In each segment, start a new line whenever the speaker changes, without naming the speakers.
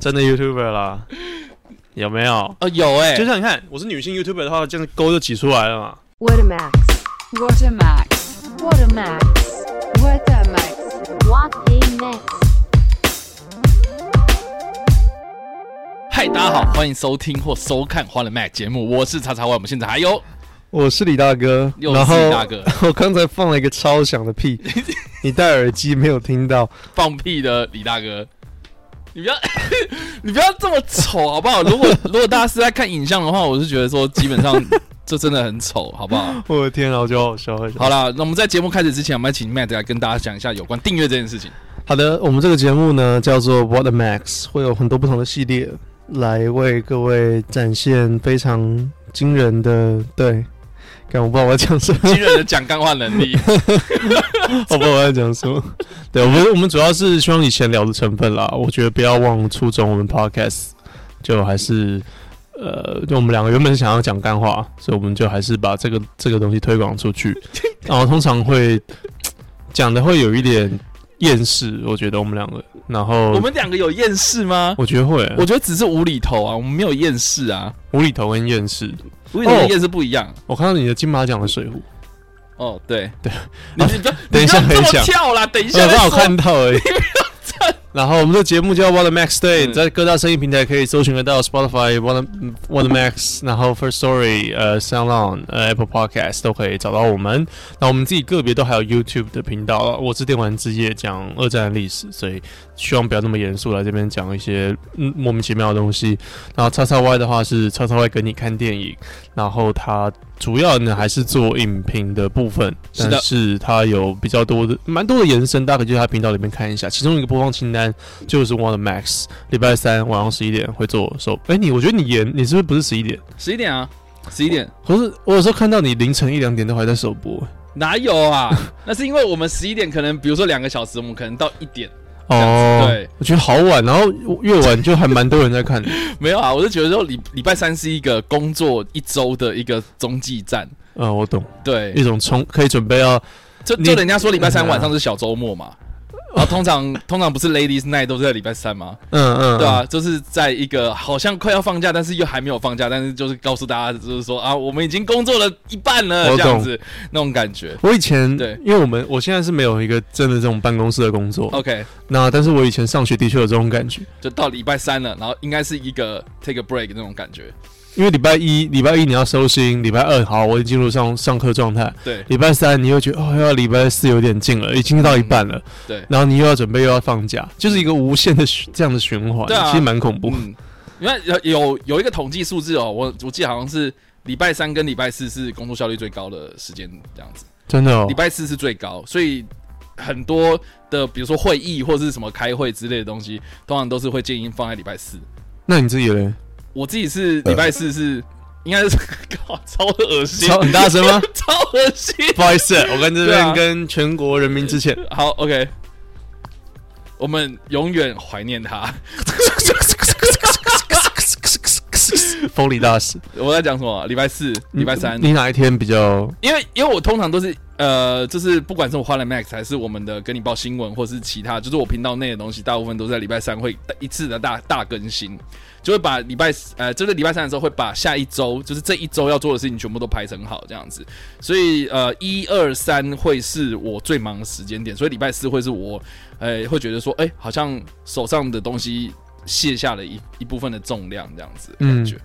真的 YouTuber 啦，有没有？
呃，有哎、
就像你看，我是女性 YouTuber 的话，这样勾就挤出来了嘛。
What a max.
What a max.
What a max.
What a max.
What a max.
嗨，大家好，欢迎收听或收看《欢乐麦》节目，我是叉叉 Y，我们现在还有
我是李大哥，
又
然
是
后
李大哥
我刚才放了一个超响的 屁，你戴耳机没有听到？
放屁的李大哥。你不要， 你不要这么丑好不好？如果如果大家是在看影像的话，我是觉得说基本上这真的很丑，好不好？
我的天啊，我觉得好好笑。好笑
好啦，那我们在节目开始之前，我们要请 Matt 来跟大家讲一下有关订阅这件事情。
好的，我们这个节目呢叫做 What a Max，会有很多不同的系列来为各位展现非常惊人的对。看，我不知道我要讲什么，
惊人的讲干话能力，
我哦不知道我要讲什 么。对，我们我们主要是希望以闲聊的成分啦，我觉得不要忘了初衷。我们 podcast 就还是呃，就我们两个原本是想要讲干话，所以我们就还是把这个这个东西推广出 去。然后通常会讲的会有一点厌世，我觉得我们两个。然后
我们两个有厌世吗？
我觉得会，
我觉得只是无厘头啊，我们没有厌世啊，
无厘头跟厌世。
无厘头跟厌世不一样。
我看到你的金马奖的水壶，
哦，对啊
对，
你你不要，
等一下
你不要这
等
么
一下
跳啦，等
呃
一
我
下呃再
刚好
说
看到 而已。然后我们的节目叫 What a Max Day，、
嗯
在各大声音平台可以搜寻得到 Spotify、What a What a Max，然后 First Story、呃 SoundOn、呃 Apple Podcast 都可以找到我们。那我们自己个别都还有 YouTube 的频道，我是电玩之夜讲二战的历史，所以希望不要那么严肃来这边讲一些嗯莫名其妙的东西。然后叉叉 Y 的话是叉叉 Y 跟你看电影，然后它主要呢还是做影评的部分，
是的
但是它有比较多的蛮多的延伸，大家可以去它频道里面看一下。其中一个播放清单就是 One Max，礼拜三晚上十一点会做首。哎，你我觉得你延你是不是不是十一点？
十一点啊，十一点
可是我有时候看到你凌晨一两点都还在首播。
哪有 啊？那是因为我们十一点可能，比如说两个小时，我们可能到一点，这样子
哦，
对，
我觉得好晚，然后越晚就还蛮多人在看的。
没有啊。我就觉得说礼礼拜三是一个工作一周的一个中继站，
嗯，我懂，
对
一，种冲可以准备要
就
你
就人家说礼拜三晚上是小周末嘛。然后通常通常不是 Ladies Night 都是在礼拜三吗？
嗯嗯，
对啊，就是在一个好像快要放假，但是又还没有放假，但是就是告诉大家，就是说啊，我们已经工作了一半了，
我
这样
懂
子那种感觉。
我以前
对
因为我们我现在是没有一个真的这种办公室的工作
OK，
那但是我以前上学的确有这种感觉，
就到礼拜三了，然后应该是一个 take a break 那种感觉。
因为礼拜一礼拜一你要收心，礼拜二好我已经进入上上课状态，
对
礼拜三你又觉得哦要礼拜四有点近了，已经到一半了，
嗯对，
然后你又要准备又要放假，就是一个无限的循这样的循环，
对啊
其实蛮恐怖。
嗯，因为有有有一个统计数字哦，我我记得好像是礼拜三跟礼拜四是工作效率最高的时间，这样子。
真的哦
礼，拜四是最高，所以很多的比如说会议或是什么开会之类的东西，通常都是会建议放在礼拜四。
那你自己嘞？
我自己是礼拜四是。应该是靠超恶心，
超很大声吗？
超恶心。
不好意思，我跟这
对啊
边跟全国人民致 歉。
好，OK，我们永远怀念他。
风里大师，
我在讲什么啊？礼拜四、礼拜三，
你你哪一天比较？
因为因为我通常都是呃，就是不管是我花了 Max 还是我们的跟你报新闻，或是其他，就是我频道内的东西，大部分都在礼拜三会一次的大大更新，就会把礼拜呃，就是礼拜三的时候会把下一周，就是这一周要做的事情全部都排成好这样子，所以呃，一二三会是我最忙的时间点，所以礼拜四会是我呃会觉得说，哎、好像手上的东西卸下了一一部分的重量这样子的感觉，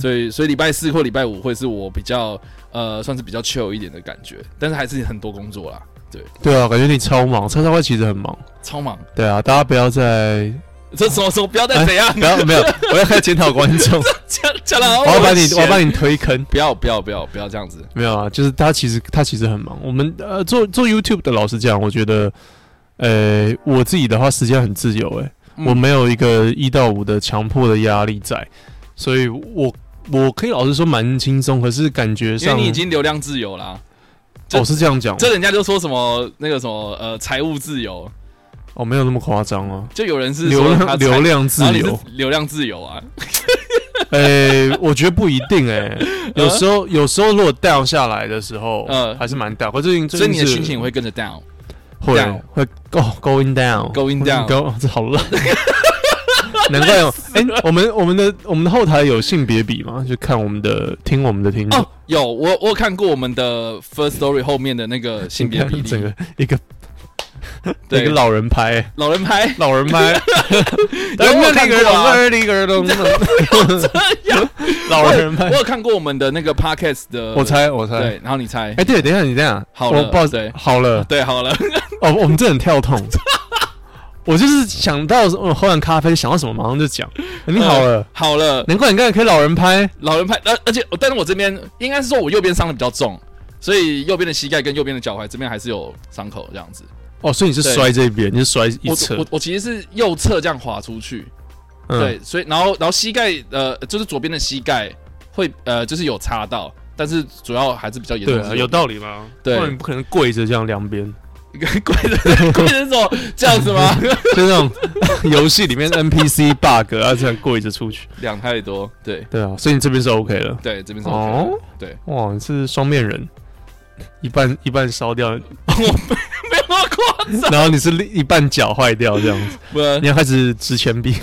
所以所以礼拜四或礼拜五会是我比较呃算是比较 chill 一点的感觉，但是还是很多工作啦，对，
对啊，感觉你超忙，叉叉 Y 其实很忙。
超忙，
对啊，大家不要 再
这什么时候不要再怎样
不要没有，我要开始检讨观 众，
讲讲 了，
我要把你我要把
你
你推坑。
不要不要不要不要这样子，
没有啊，就是他其实他其实很忙。我们呃做做 YouTube 的，老实讲，我觉得，呃，我自己的话时间很自由、欸，
嗯
我没有一个一到五的强迫的压力在，所以我我可以老实说蛮轻松，可是感觉
因为
上
你已经流量自由啦、这
哦是这样讲，
这人家就说什么那个什么呃财务自由，
哦没有那么夸张啊，
就有人是
流
说他
量
财
流量自
然后你
由
是，流量自由啊，
诶、我觉得不一定诶、有时候有时候如果 down 下来的时候，
嗯
嗯，还是蛮 down。可是最近
所以你的
最近是
心情会跟着 down。
会
down
会哦 going down
Going down
go 这好烂。难怪哦。哎、我们我们的我们的后台有性别比吗？就看我们的听我们的听众
哦，有我我有看过我们的 First Story 后面的那个性别 比
整
例，
个一个
对
一个老人拍、
老人拍
老人拍，
有我有看过啊
那个东，
这样，
老人拍
我，有看过我们的那个 Podcast 的，
我猜我猜，
对，然后你猜
哎、，对，等一下，你这样，
好
我
了
不好意
对
思，好了，
对，好了，
哦，我们这很跳痛，我就是想到我喝完咖啡想到什么马上就 讲，你好了，
好了，
难怪你刚才可以老人拍，
老人拍，而而且但是我这边应该是说我右边伤的比较重，所以右边的膝盖跟右边的脚踝这边还是有伤口这样子。
哦，所以你是
对
摔这边，你是摔一
我
侧
我，我其实是右侧这样滑出去，
嗯，
对，所以然后然后膝盖呃就是左边的膝盖会呃就是有擦到，但是主要还是比较严重
对
的
啊
是右
有
边。
道理吗？
对
不然你不可能跪着这样两边，
跪着跪着走这样子吗？
就那种 游戏里面 NPC bug 啊，这样跪着出去，
两太多，对
对啊，所以你这边是 OK 的，
对，这边是 OK 的
哦，
对，
哇，你是双面人，一半一半烧 掉，
没 有那么夸张，
然后你是另一半脚坏掉这样 子，
不，
你要开始掷钱币。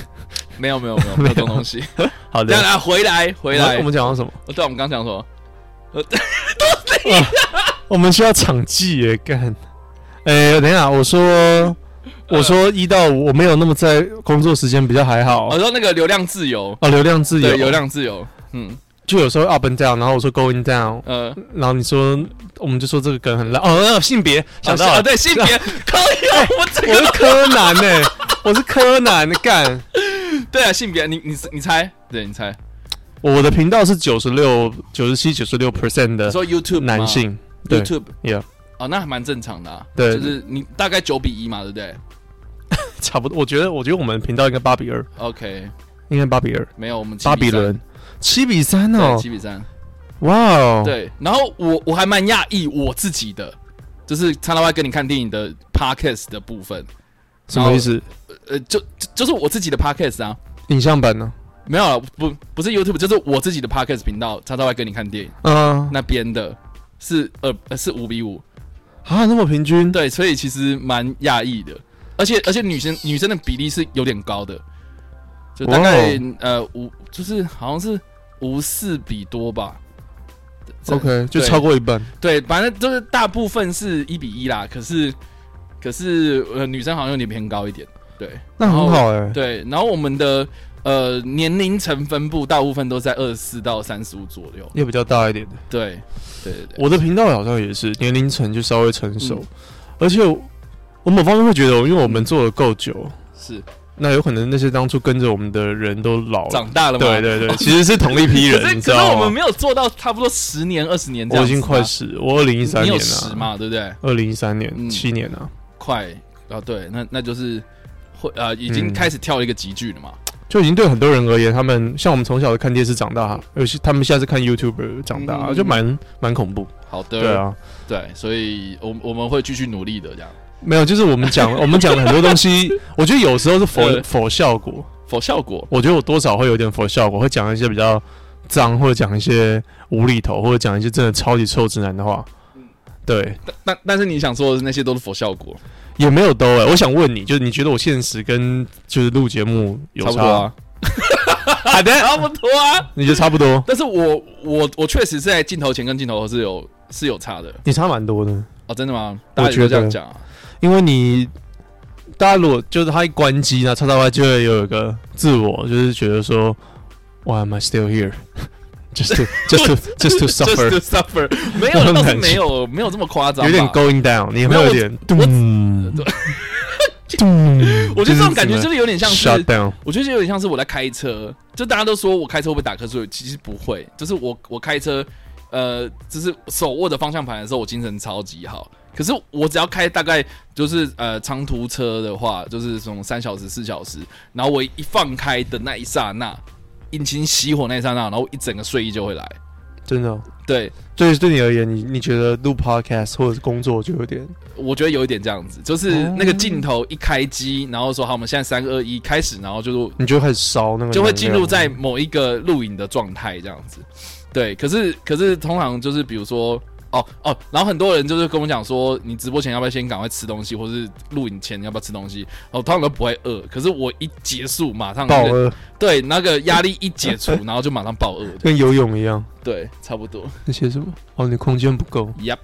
没有没有没有没有这种东 西。
好的
当，然回来
我们
回来，
我们讲到什么？
哦对，我们刚讲什么？
我们需要场记耶，干。哎、等一下，我
呃
说我说一到五，我没有那么在工作时间比较还好
我。哦说那个流量自由，
哦，流量自由，
呃对，流量自由，嗯
就有时候 up and down，然后我说 going down，
呃，
然后你说，我们就说这个梗很烂。哦，那性别想到了，哎
啊对性 别可以啊，我这
我
个
是柯南呢、我是柯南，干。
对啊，性别，你你你猜，对你猜，
我的频道是九十六、九十七、九十六 percent
你
的
说 YouTube 吗
男性，对
YouTube
，yeah，
哦，那还蛮正常的啊，
对
就是你大概九比一嘛，对不对
差不多。我觉得，我觉得我们频道应该八比二，
？OK，
应该八比二，
没有，我们七
八比
比三
伦，七比三
对，
哦
七，比三，
哇哦，，
对，然后我我还蛮讶异我自己的，就是叉拉 Y 跟你看电影的 Podcast 的部分，
什么意思？
呃，就就就是我自己的 Podcast 啊，
影像版呢？
没有啊不不是 YouTube，就是我自己的 Podcast 频道叉叉 Y 跟你看电影
嗯，
那边的。是呃呃是五比五，
啊，那么平均，
对，所以其实蛮讶异的，而且而且女生女生的比例是有点高的，就大概、
哦
呃五，就是好像是五四比多吧。这
，OK，就
对
超过一半。
对，反正就是大部分是一比一啦，可是可是呃女生好像有点偏高一点，对
那很好哎、
对，然后我们的呃年龄层分布大部分都在二十四到三十五左右，
又比较大一点的。
对对对对，
我的频道好像也是年龄层就稍微成熟，
嗯
而且我我某方面会觉得，因为我们做的够久，
是
那有可能那些当初跟着我们的人都老了。
长大了吗？
哦对对对， 其实是同一批
可
人，
是
你
可是
知道
我们
吗？
没有做到差不多十年二十年这
我
样
已
子啊、
经快十，我二零一三
你有
年
十
啊，
嘛，对不对？
二零一三
嗯
年七年啊，
快啊，对，那那就是会呃，已经
嗯
开始跳了一个集聚了嘛。
就已经对很多人而言，他们像我们从小看电视长大，有些他们现在是看 YouTube 长大，
嗯
就蛮蛮恐怖。
好的，
对啊，
对，所以我我们会继续努力的，这样
没有，就是我们讲我们讲了很多东 西，我觉得有时候是否
对
否效果，
否效果
我觉得我多少会有点佛效果，会讲一些比较脏，或者讲一些无厘头，或者讲一些真的超级臭直男的话。
嗯
对，
但但但是你想说的是那些都是否效果，
也没有都哎、我想问你，就是你觉得我现实跟就是录节目有
差不
差？
多啊，
好的，
差不多啊。
你觉得差不多？
但是我我我确实是在镜头前跟镜头后是有是有差的
你差蛮多的，
哦，真的吗？大
我
家也
觉
都
得
这样讲啊，
因为你大家如果就是他一关机，那叉叉 Y 就会有一个自我，就是觉得说，Why am I still here? Just to just to just to
Just to
suffer，
suffer，没有
我很
倒是
感
没有没有这么夸张吧，
有点 going down，你有没
没有
有
我
点 咚咚？
我觉得这种感
就
觉
是
真的有点像是
shut down。
我觉得有点像是我在开车，就大家都说我开车会不会打瞌睡，其实不会，就是我我开车，呃，就是手握着方向盘的时候，我精神超级好。可是我只要开大概就是呃长途车的话，就是从三小时四小时，然后我一放开的那一刹那，引擎熄火那一刹那，然后一整个睡意就会来。
真的哦、
对，
对，对你而言，你你觉得录 podcast 或者是工作就有点
我觉得有一点这样子，就是那
哦
个镜头一开机，然后说好，我们现在三二一开始，然后就是
你就会开始烧那个能量，
就会进入在某一个录影的状态这样子。对，可是可是通常就是比如说哦哦，然后很多人就是跟我讲说，你直播前要不要先赶快吃东西，或是录影前要不要吃东西？我通常都不会饿，可是我一结束马上那
爆
个
了，
对那个压力一解除，然后就马上爆饿。
跟游泳一样。
对，差不多。
那些什么？哦，你空间不够。
Yep，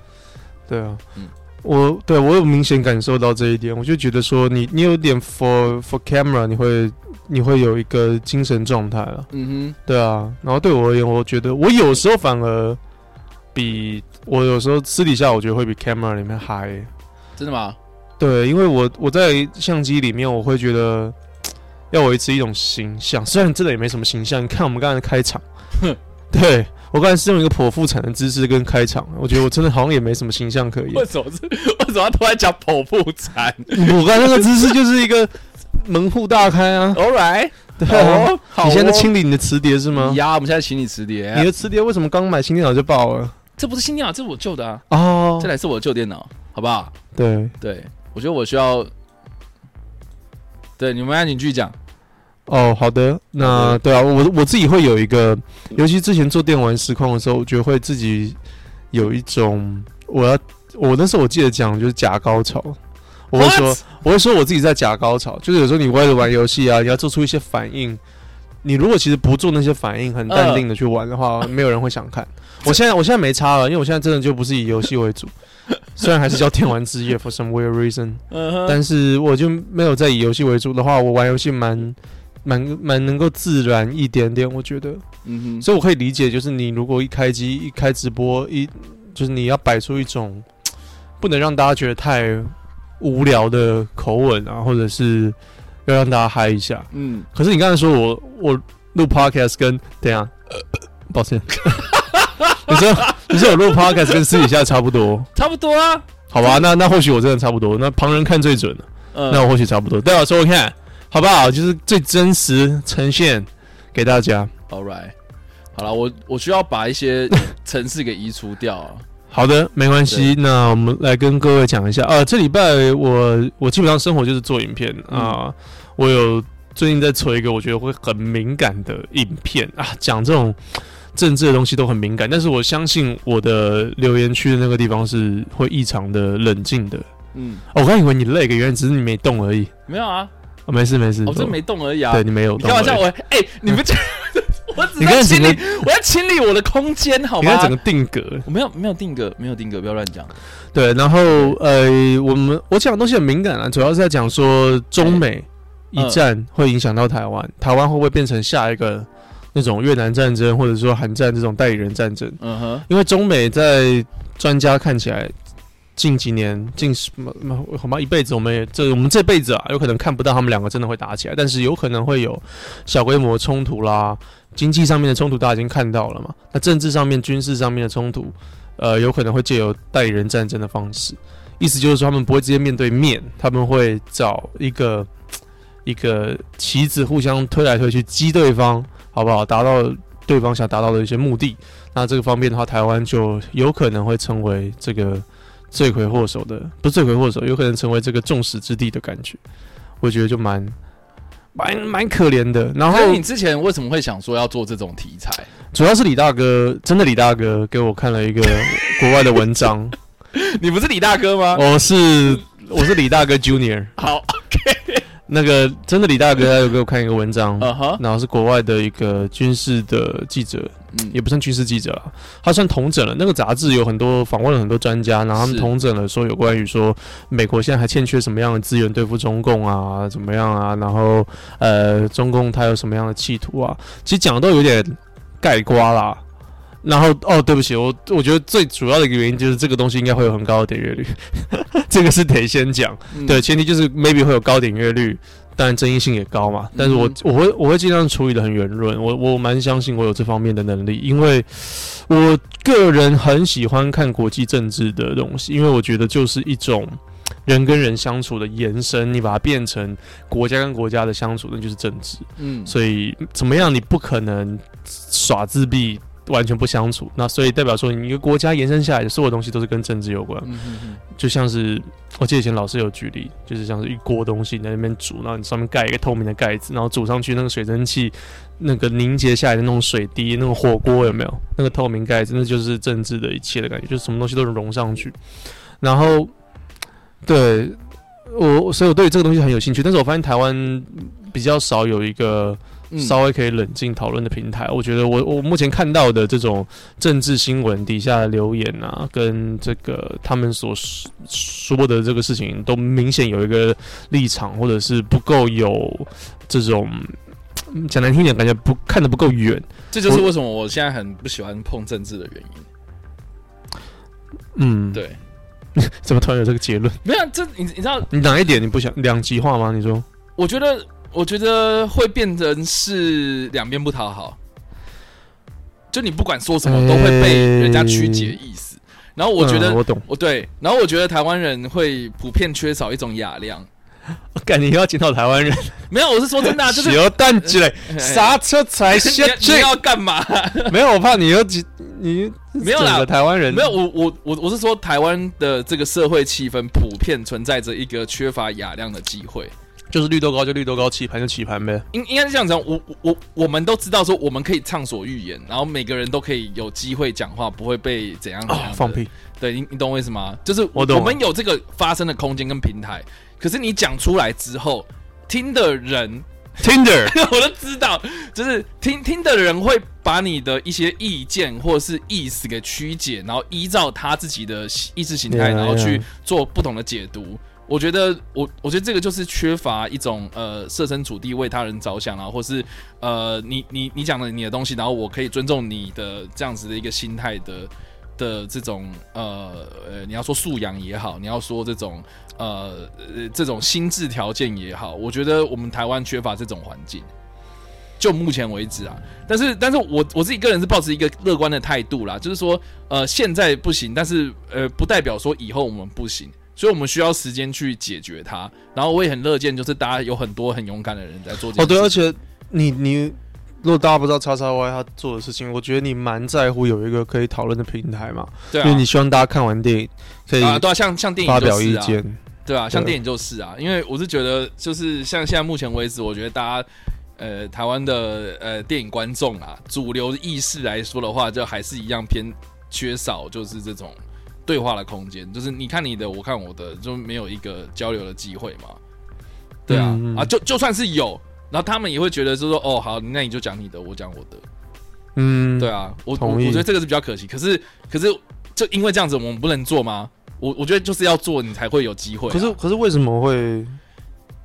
对啊，
嗯
我对啊我有明显感受到这一点，我就觉得说你你有点 for for camera，你会你会有一个精神状态了，
嗯
对啊。然后对我而言，我觉得我有时候反而比我有时候私底下我觉得会比 camera 里面嗨、
哼，真的吗？
对，因为我我在相机里面我会觉得要维持一种形象，虽然真的也没什么形象，你看我们刚才的开场， 对。我刚才是用一个剖腹产的姿势跟开场，我觉得我真的好像也没什么形象可言。
为什么是？为什么要突然讲剖腹产
我刚才那个姿势就是一个门户大开啊！
？All right，
对啊，
哦， 好哦
你现在清理你的磁碟是吗？
呀，我们现在请你吃
你
碟。
的磁碟为什么刚买新电脑就爆了？
这不是新电脑，这是我旧的啊，
哦
这，台是我旧电脑，好不好？
对，
对，我觉得我需要。对，你们按你继续讲。
哦，好的，那对啊，我我自己会有一个，尤其之前做电玩实况的时候，我觉得会自己有一种我要，我那时候我记得讲就是假高潮，我会说
What？
我会说我自己在假高潮，就是有时候你为了玩游戏啊，你要做出一些反应。你如果其实不做那些反应，很淡定的去玩的话，没有人会想 看。我现在我现在没差了，因为我现在真的就不是以游戏为主，虽然还是叫电玩之夜 for some weird reason。
嗯哼
但是我就没有在以游戏为主的话，我玩游戏蛮蛮蛮能够自然一点点，我觉得，
嗯哼，
所以我可以理解，就是你如果一开机一开直播一，就是你要摆出一种不能让大家觉得太无聊的口吻啊，或者是要让大家嗨一下。
嗯，
可是你刚才说我我录 podcast 跟等一下，呃抱歉， 你说你说我录 podcast 跟私底下差不多，
差不多啊。
好吧？那那或许我真的差不多，那旁人看最准了。啊
嗯
那我或许差不多。待会说说看，好不好？就是最真实呈现给大家。
All right，好了，我我需要把一 些城市给移除掉啊。
好的，没关系。那我们来跟各位讲一下，呃，这礼拜我我基本上生活就是做影片
嗯
啊、我有最近在做一个我觉得会很敏感的影片啊，讲这种政治的东西都很敏感，但是我相信我的留言区的那个地方是会异常的冷静的。
嗯，
哦我刚以为你累个，原来只是你没动而已。
没有啊，
哦、没事没事，
我真没动而已啊。
对你没有
你
动
开
而已，
玩笑，我哎，你 不这，我只
你看
在清
整
理，我要清理我的空间，好
你看整个？
吗
定格。
我没有没有定格，没有定格，不要乱讲。
对，然后呃，我们我讲的东西很敏感啊，主要是在讲说中美
嗯
一战会影响到台湾，台湾会不会变成下一个那种越南战争或者说韩战这种代理人战争？
嗯哼，
因为中美在专家看起来，近几年近什么么恐怕一辈子我们也这我们这辈子啊，有可能看不到他们两个真的会打起来，但是有可能会有小规模冲突啦，经济上面的冲突大家已经看到了嘛，那政治上面、军事上面的冲突，呃，有可能会借由代理人战争的方式，意思就是说他们不会直接面对面，他们会找一个。一个棋子互相推来推去，击对方，好不好？达到对方想达到的一些目的。那这个方面的话，台湾就有可能会成为这个罪魁祸首的，不是罪魁祸首，有可能成为这个众矢之的的感觉。我觉得就蛮蛮蛮可怜的。然后
所以你之前为什么会想说要做这种题材？
主要是李大哥，真的李大哥给我看了一个国外的文章，
你不是李大哥吗？
我是我是李大哥 Junior，
好，
那个真的李大哥他有给我看一个文章。
嗯哼，
然后是国外的一个军事的记者，也
嗯
不算军事记者了，他算统整了。那个杂志有很多访问了很多专家，然后他们
是
统整了说有关于说美国现在还欠缺什么样的资源对付中共啊，怎么样啊，然后呃中共它有什么样的企图啊，其实讲的都有点盖瓜啦。然后哦，对不起，我我觉得最主要的一个原因就是这个东西应该会有很高的点阅率， 这个是得先讲。
嗯
对，前提就是 maybe 会有高点阅率，当然争议性也高嘛。但是我、
嗯
我会我会尽量处理的很圆润，我我蛮相信我有这方面的能力，因为我个人很喜欢看国际政治的东西，因为我觉得就是一种人跟人相处的延伸，你把它变成国家跟国家的相处，那就是政治。
嗯
所以怎么样，你不可能耍自闭完全不相处。那所以代表说，你一个国家延伸下来的所有东西都是跟政治有关。
嗯哼哼
就像是我记得以前老师有举例，就是像是一锅东西你在那边煮，然后你上面盖一个透明的盖子，然后煮上去那个水蒸气，那个凝结下来的那种水滴，那种火锅有没有？那个透明盖子，那就是政治的一切的感觉，就是什么东西都能融上去。然后，对我，所以我对这个东西很有兴趣，但是我发现台湾比较少有一个
嗯
稍微可以冷静讨论的平台。我觉得我我目前看到的这种政治新闻底下的留言啊，跟这个他们所说说的这个事情，都明显有一个立场，或者是不够有这种嗯讲难听点，感觉不看得不够远。
这就是为什么我现在很不喜欢碰政治的原因。
嗯，，
对，
怎么突然有这个结论？
没有这你你知道，
你哪一点你不想两极化吗？你说
我觉得我觉得会变成是两边不讨好，就你不管说什么都会被人家曲解意思。然后我觉得、
嗯我懂，
我对，然后我觉得台湾人会普遍缺少一种雅量。
感觉要检讨台湾 人，
没有，我是说真的、啊，就是
有蛋之 类，
哎
刹车才
你
先
要
进
你。要干嘛？
没有，我怕你有几你
没有啦
整个台湾人
没有，我我我我是说，台湾的这个社会气氛普遍存在着一个缺乏雅量的机会。
就是绿豆糕就绿豆糕，棋盘就棋盘呗。
应应该是这样讲，我我我我们都知道说我们可以畅所欲言，然后每个人都可以有机会讲话，不会被怎样怎样、
哦，放！屁！
对你你懂我意思吗？就是
我懂
我们有这个发声的空间跟平台，可是你讲出来之后，听的人
Tinder
我都知道，就是听听的人会把你的一些意见或是意思给曲解，然后依照他自己的意识形态
Yeah,
然后
yeah.
去做不同的解读。我觉得，我我觉得这个就是缺乏一种呃设身处地为他人着想啊，或是呃你你你讲了你的东西，然后我可以尊重你的这样子的一个心态的的这种呃呃，你要说素养也好，你要说这种呃呃这种心智条件也好，我觉得我们台湾缺乏这种环境。就目前为止啊，但是但是我我自己个人是抱持一个乐观的态度啦，就是说，呃，现在不行，但是呃，不代表说以后我们不行，所以我们需要时间去解决它。然后我也很乐见，就是大家有很多很勇敢的人在做这
哦，
件
对，
事
而且你你，如果大家不知道叉叉 Y 他做的事情，我觉得你蛮在乎有一个可以讨论的平台嘛，
对
因为
啊
你，希望大家看完电影可以
啊，对啊，像像电影
发
就
表
是
意
啊，
见。
对啊，像
对
电影就是啊，因为我是觉得，就是像现在目前为止，我觉得大家呃台湾的呃电影观众啊，主流意识来说的话，就还是一样偏缺少就是这种对话的空间，就是你看你的，我看我的，就没有一个交流的机会嘛。对啊，
嗯嗯嗯
啊就就算是有，然后他们也会觉得就是说哦好，那你就讲你的，我讲我的。
嗯，
对啊，我我
同
我
意
觉得这个是比较可惜。可是可是就因为这样子，我们不能做吗？我我觉得就是要做，你才会有机会啊、
可是可是为什么会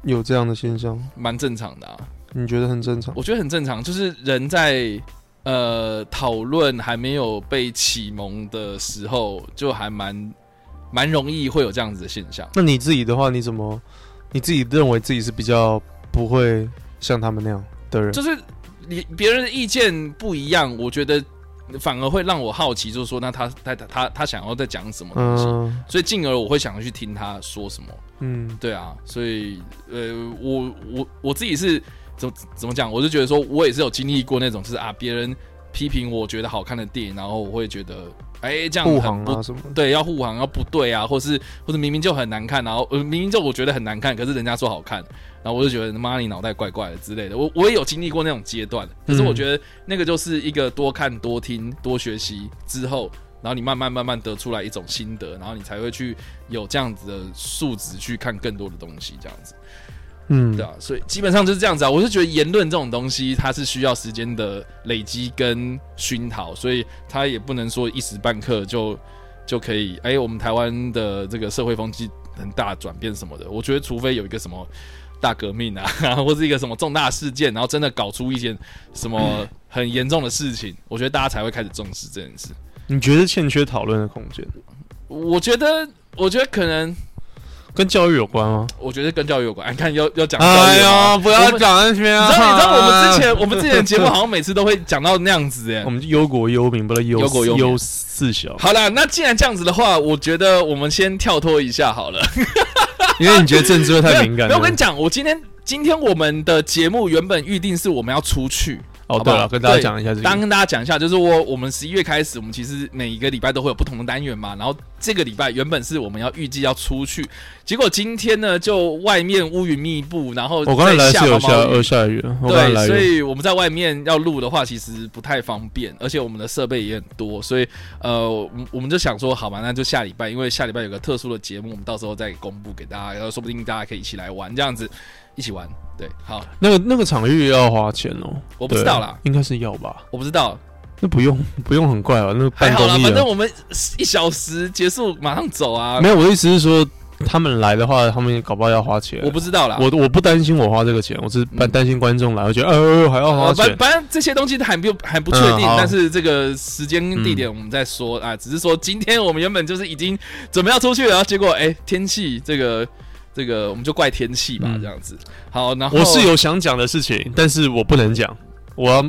有这样的现象？
蛮正常的啊，
你觉得很正常？
我觉得很正常，就是人在呃讨论还没有被启蒙的时候，就还蛮蛮容易会有这样子的现象。
那你自己的话，你怎么你自己认为自己是比较不会像他们那样的人？
就是你别人的意见不一样，我觉得反而会让我好奇，就是说那他他他他他想要在讲什么东西，
嗯
所以进而我会想要去听他说什么。
嗯，
对啊，所以呃，我我我自己是怎么怎么讲？我就觉得说，我也是有经历过那种，就是啊，别人批评我觉得好看的电影，然后我会觉得，哎、这样
护
很
航
不、
啊什么的？
对，要护航，要不对啊，或是或者明明就很难看，然后呃，明明就我觉得很难看，可是人家说好看，然后我就觉得妈你脑袋怪怪的之类的。我我也有经历过那种阶段，可是我觉得那个就是一个多看、多听、多学习之后，然后你慢慢慢慢得出来一种心得，然后你才会去有这样子的素质去看更多的东西，这样子。
嗯，
对啊，所以基本上就是这样子啊。我是觉得言论这种东西，它是需要时间的累积跟熏陶，所以它也不能说一时半刻就就可以。哎、我们台湾的这个社会风气很大转变什么的，我觉得除非有一个什么大革命啊， 或是一个什么重大事件，然后真的搞出一件什么很严重的事情，我觉得大家才会开始重视这件事。
你觉得欠缺讨论的空间，
我觉得，我觉得可能，
跟教育有关吗？
我觉得跟教育有关。哎你 看，要要讲教育吗我们
讲那些啊
你知道，你知道我们之前我们之前的节目好像每次都会讲到那样子哎
我。们就忧国忧民，不是忧
忧国忧民，
忧四小
好啦，那既然这样子的话，我觉得我们先跳脱一下好了。
因为你觉得政治会太敏感
没
了。
有，我跟你讲，我今天今天我们的节目原本预定是我们要出去，
哦，
好不
对
好
了，跟大家讲一下这
当然
个，
跟大家讲一下，就是我我们十一月开始，我们其实每一个礼拜都会有不同的单元嘛。然后这个礼拜原本是我们要预计要出去，结果今天呢就外面乌云密布，然后
我刚才来
再
是
下
有
毛
下
毛雨
呃下雨了，我刚才
对，
来
所
有
以我们在外面要录的话，其实不太方便，而且我们的设备也很多，所以呃，我们我们就想说，好吧，那就下礼拜，因为下礼拜有个特殊的节目，我们到时候再公布给大家，然后说不定大家可以一起来玩，这样子一起玩。对，好，
那个那个场域要花钱哦，
我不知道啦
对，应该是要吧？
我不知道，
那不用不用很快啊，那
还
办
好
公
啦，
益
反正
啊，
我们呃一小时结束，马上走啊
没，有，我的意思是说他们来的话，他们搞不好要花钱，
我不知道啦。
我我不担心我花这个钱，我是担
嗯
担心观众来，我觉得呃还要花
呃反
钱。
反正这些东西还不还不确定，
嗯好
但是这个时间跟地点我们再说、啊。只是说今天我们原本就是已经准备要出去了，然后结果哎、天气这个这个我们就怪天气吧，
嗯
这样子。好，然后
我是有想讲的事情，但是我不能讲，我要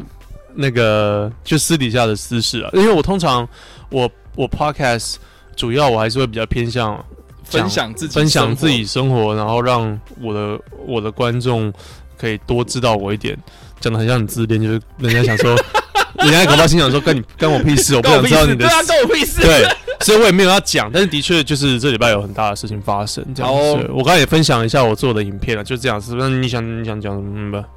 那个就私底下的私事啊，因为我通常我我 podcast 主要我还是会比较偏向
分享自己
分享
生活
自己生活，然后让我的我的观众可以多知道我一点。讲的很像很自恋，就是人家想 说，人家搞不好心想说干你干我屁事，我不
关我
想知道
屁事，
你的
对啊，关我屁 事。
对，所以我也没有要讲，但是的确就是这礼拜有很大的事情发生，这样子。
好哦
所以我刚才也分享一下我做的影片了，啊就这样子。那你想你想讲什么吧？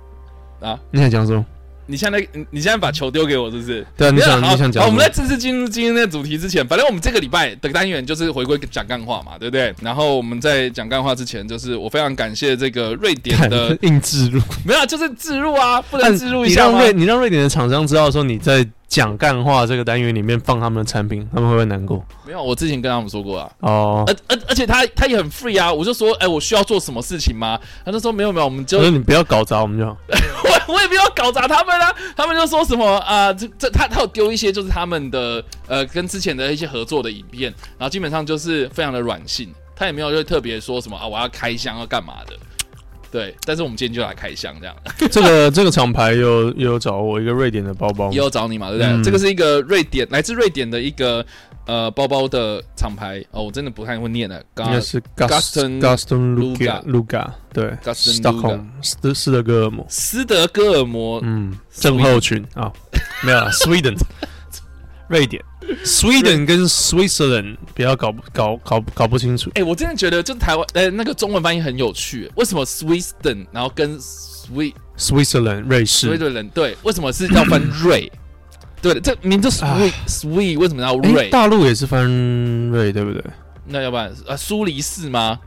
啊，
你想讲什么？
你现在你你现在把球丢给我是不是？
对啊，你想
好
你想讲
好，
什
我
么
们在？正式进入今天的主题之前，反正我们这个礼拜的单元就是回归讲干话嘛，对不对？然后我们在讲干话之前，就是我非常感谢这个瑞典 的
看，硬植入，
没有啊，就是置入啊，不能
但
置入
嗯
一
你
下
让
吗？
瑞你让瑞典的厂商知道说你在讲干话这个单元里面放他们的产品，他们会不会难过？
没有，我之前跟他们说过啊。
哦，
而而而且他他也很 free 啊，我就说，哎、我需要做什么事情吗？他就说没有没有，我们就
我说你不要搞砸我们就好。
我我也不要搞砸他们啊。他们就说什么啊、这这他他有丢一些就是他们的呃跟之前的一些合作的影片，然后基本上就是非常的软性，他也没有就特别说什么啊我要开箱要干嘛的，对。但是我们今天就来开箱这样，
这个这个厂牌有有找我一个瑞典的包包吗
也，有找你嘛，对不对？
嗯
这个是一个瑞典来自瑞典的一个呃包包的厂牌哦，我真的不太会念的，
应该是 Gaston
Gaston-
Gaston
Luga
Luga Luga 对
Gaston
Stockholm 斯斯德哥尔摩。
斯德哥尔摩
嗯，症候群啊，没 有了，Sweden，瑞典，Sweden 跟 Switzerland 不要搞不搞搞搞不清楚。
哎、我真的觉得就是台湾，呃、那个中文翻译很有趣。为什么 Sweden，然后跟 Swe
Switzerland 瑞士，
Sweden 对，为什么是要 翻瑞？对的，这名字 Swe
唉
Swe 为什么要
哎，
瑞？
大陆也是翻瑞对不对？
那要不然啊，苏黎世吗？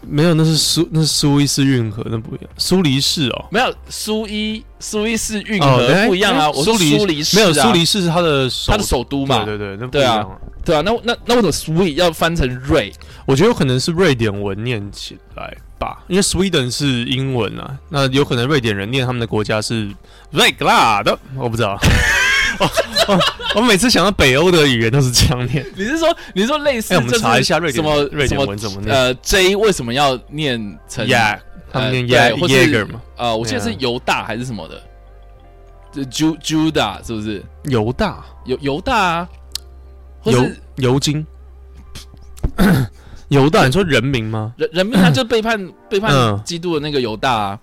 没有，那是
嗯
苏那是苏伊士运河，那不一样。苏黎世哦，
没有，苏伊苏伊士运
哦
河
哎
不一样啊。
哎
我说
苏黎
苏黎世、啊、
没有苏黎世是它的首
它的首都嘛，
对对对，那不一
对啊
样啊。
对啊。那那那为什么 Swe 要翻成瑞？
我觉得有可能是瑞典文念起来吧，因为 Sweden 是英文啊，那有可能瑞典人念他们的国家是 r e g l a 的，我不知 道。我我我每次想到北欧的语言都是这样 念。
你是说你是说类似
哎、我
就
们
是
查一下瑞典
什么
瑞
什
典
么
文怎么念
呃 J 为什么要念成
？Yeah，他们念
呃
Yeah
对或是
Jaeger 嘛，
呃，我记得
对
是
啊
犹大还是什么的，这 Ju Juda 是不是？
犹大
犹犹大啊，或
犹
是
犹金。 犹大，你说人名吗？
人人民他就 背叛背叛
嗯
基督的那个犹大啊，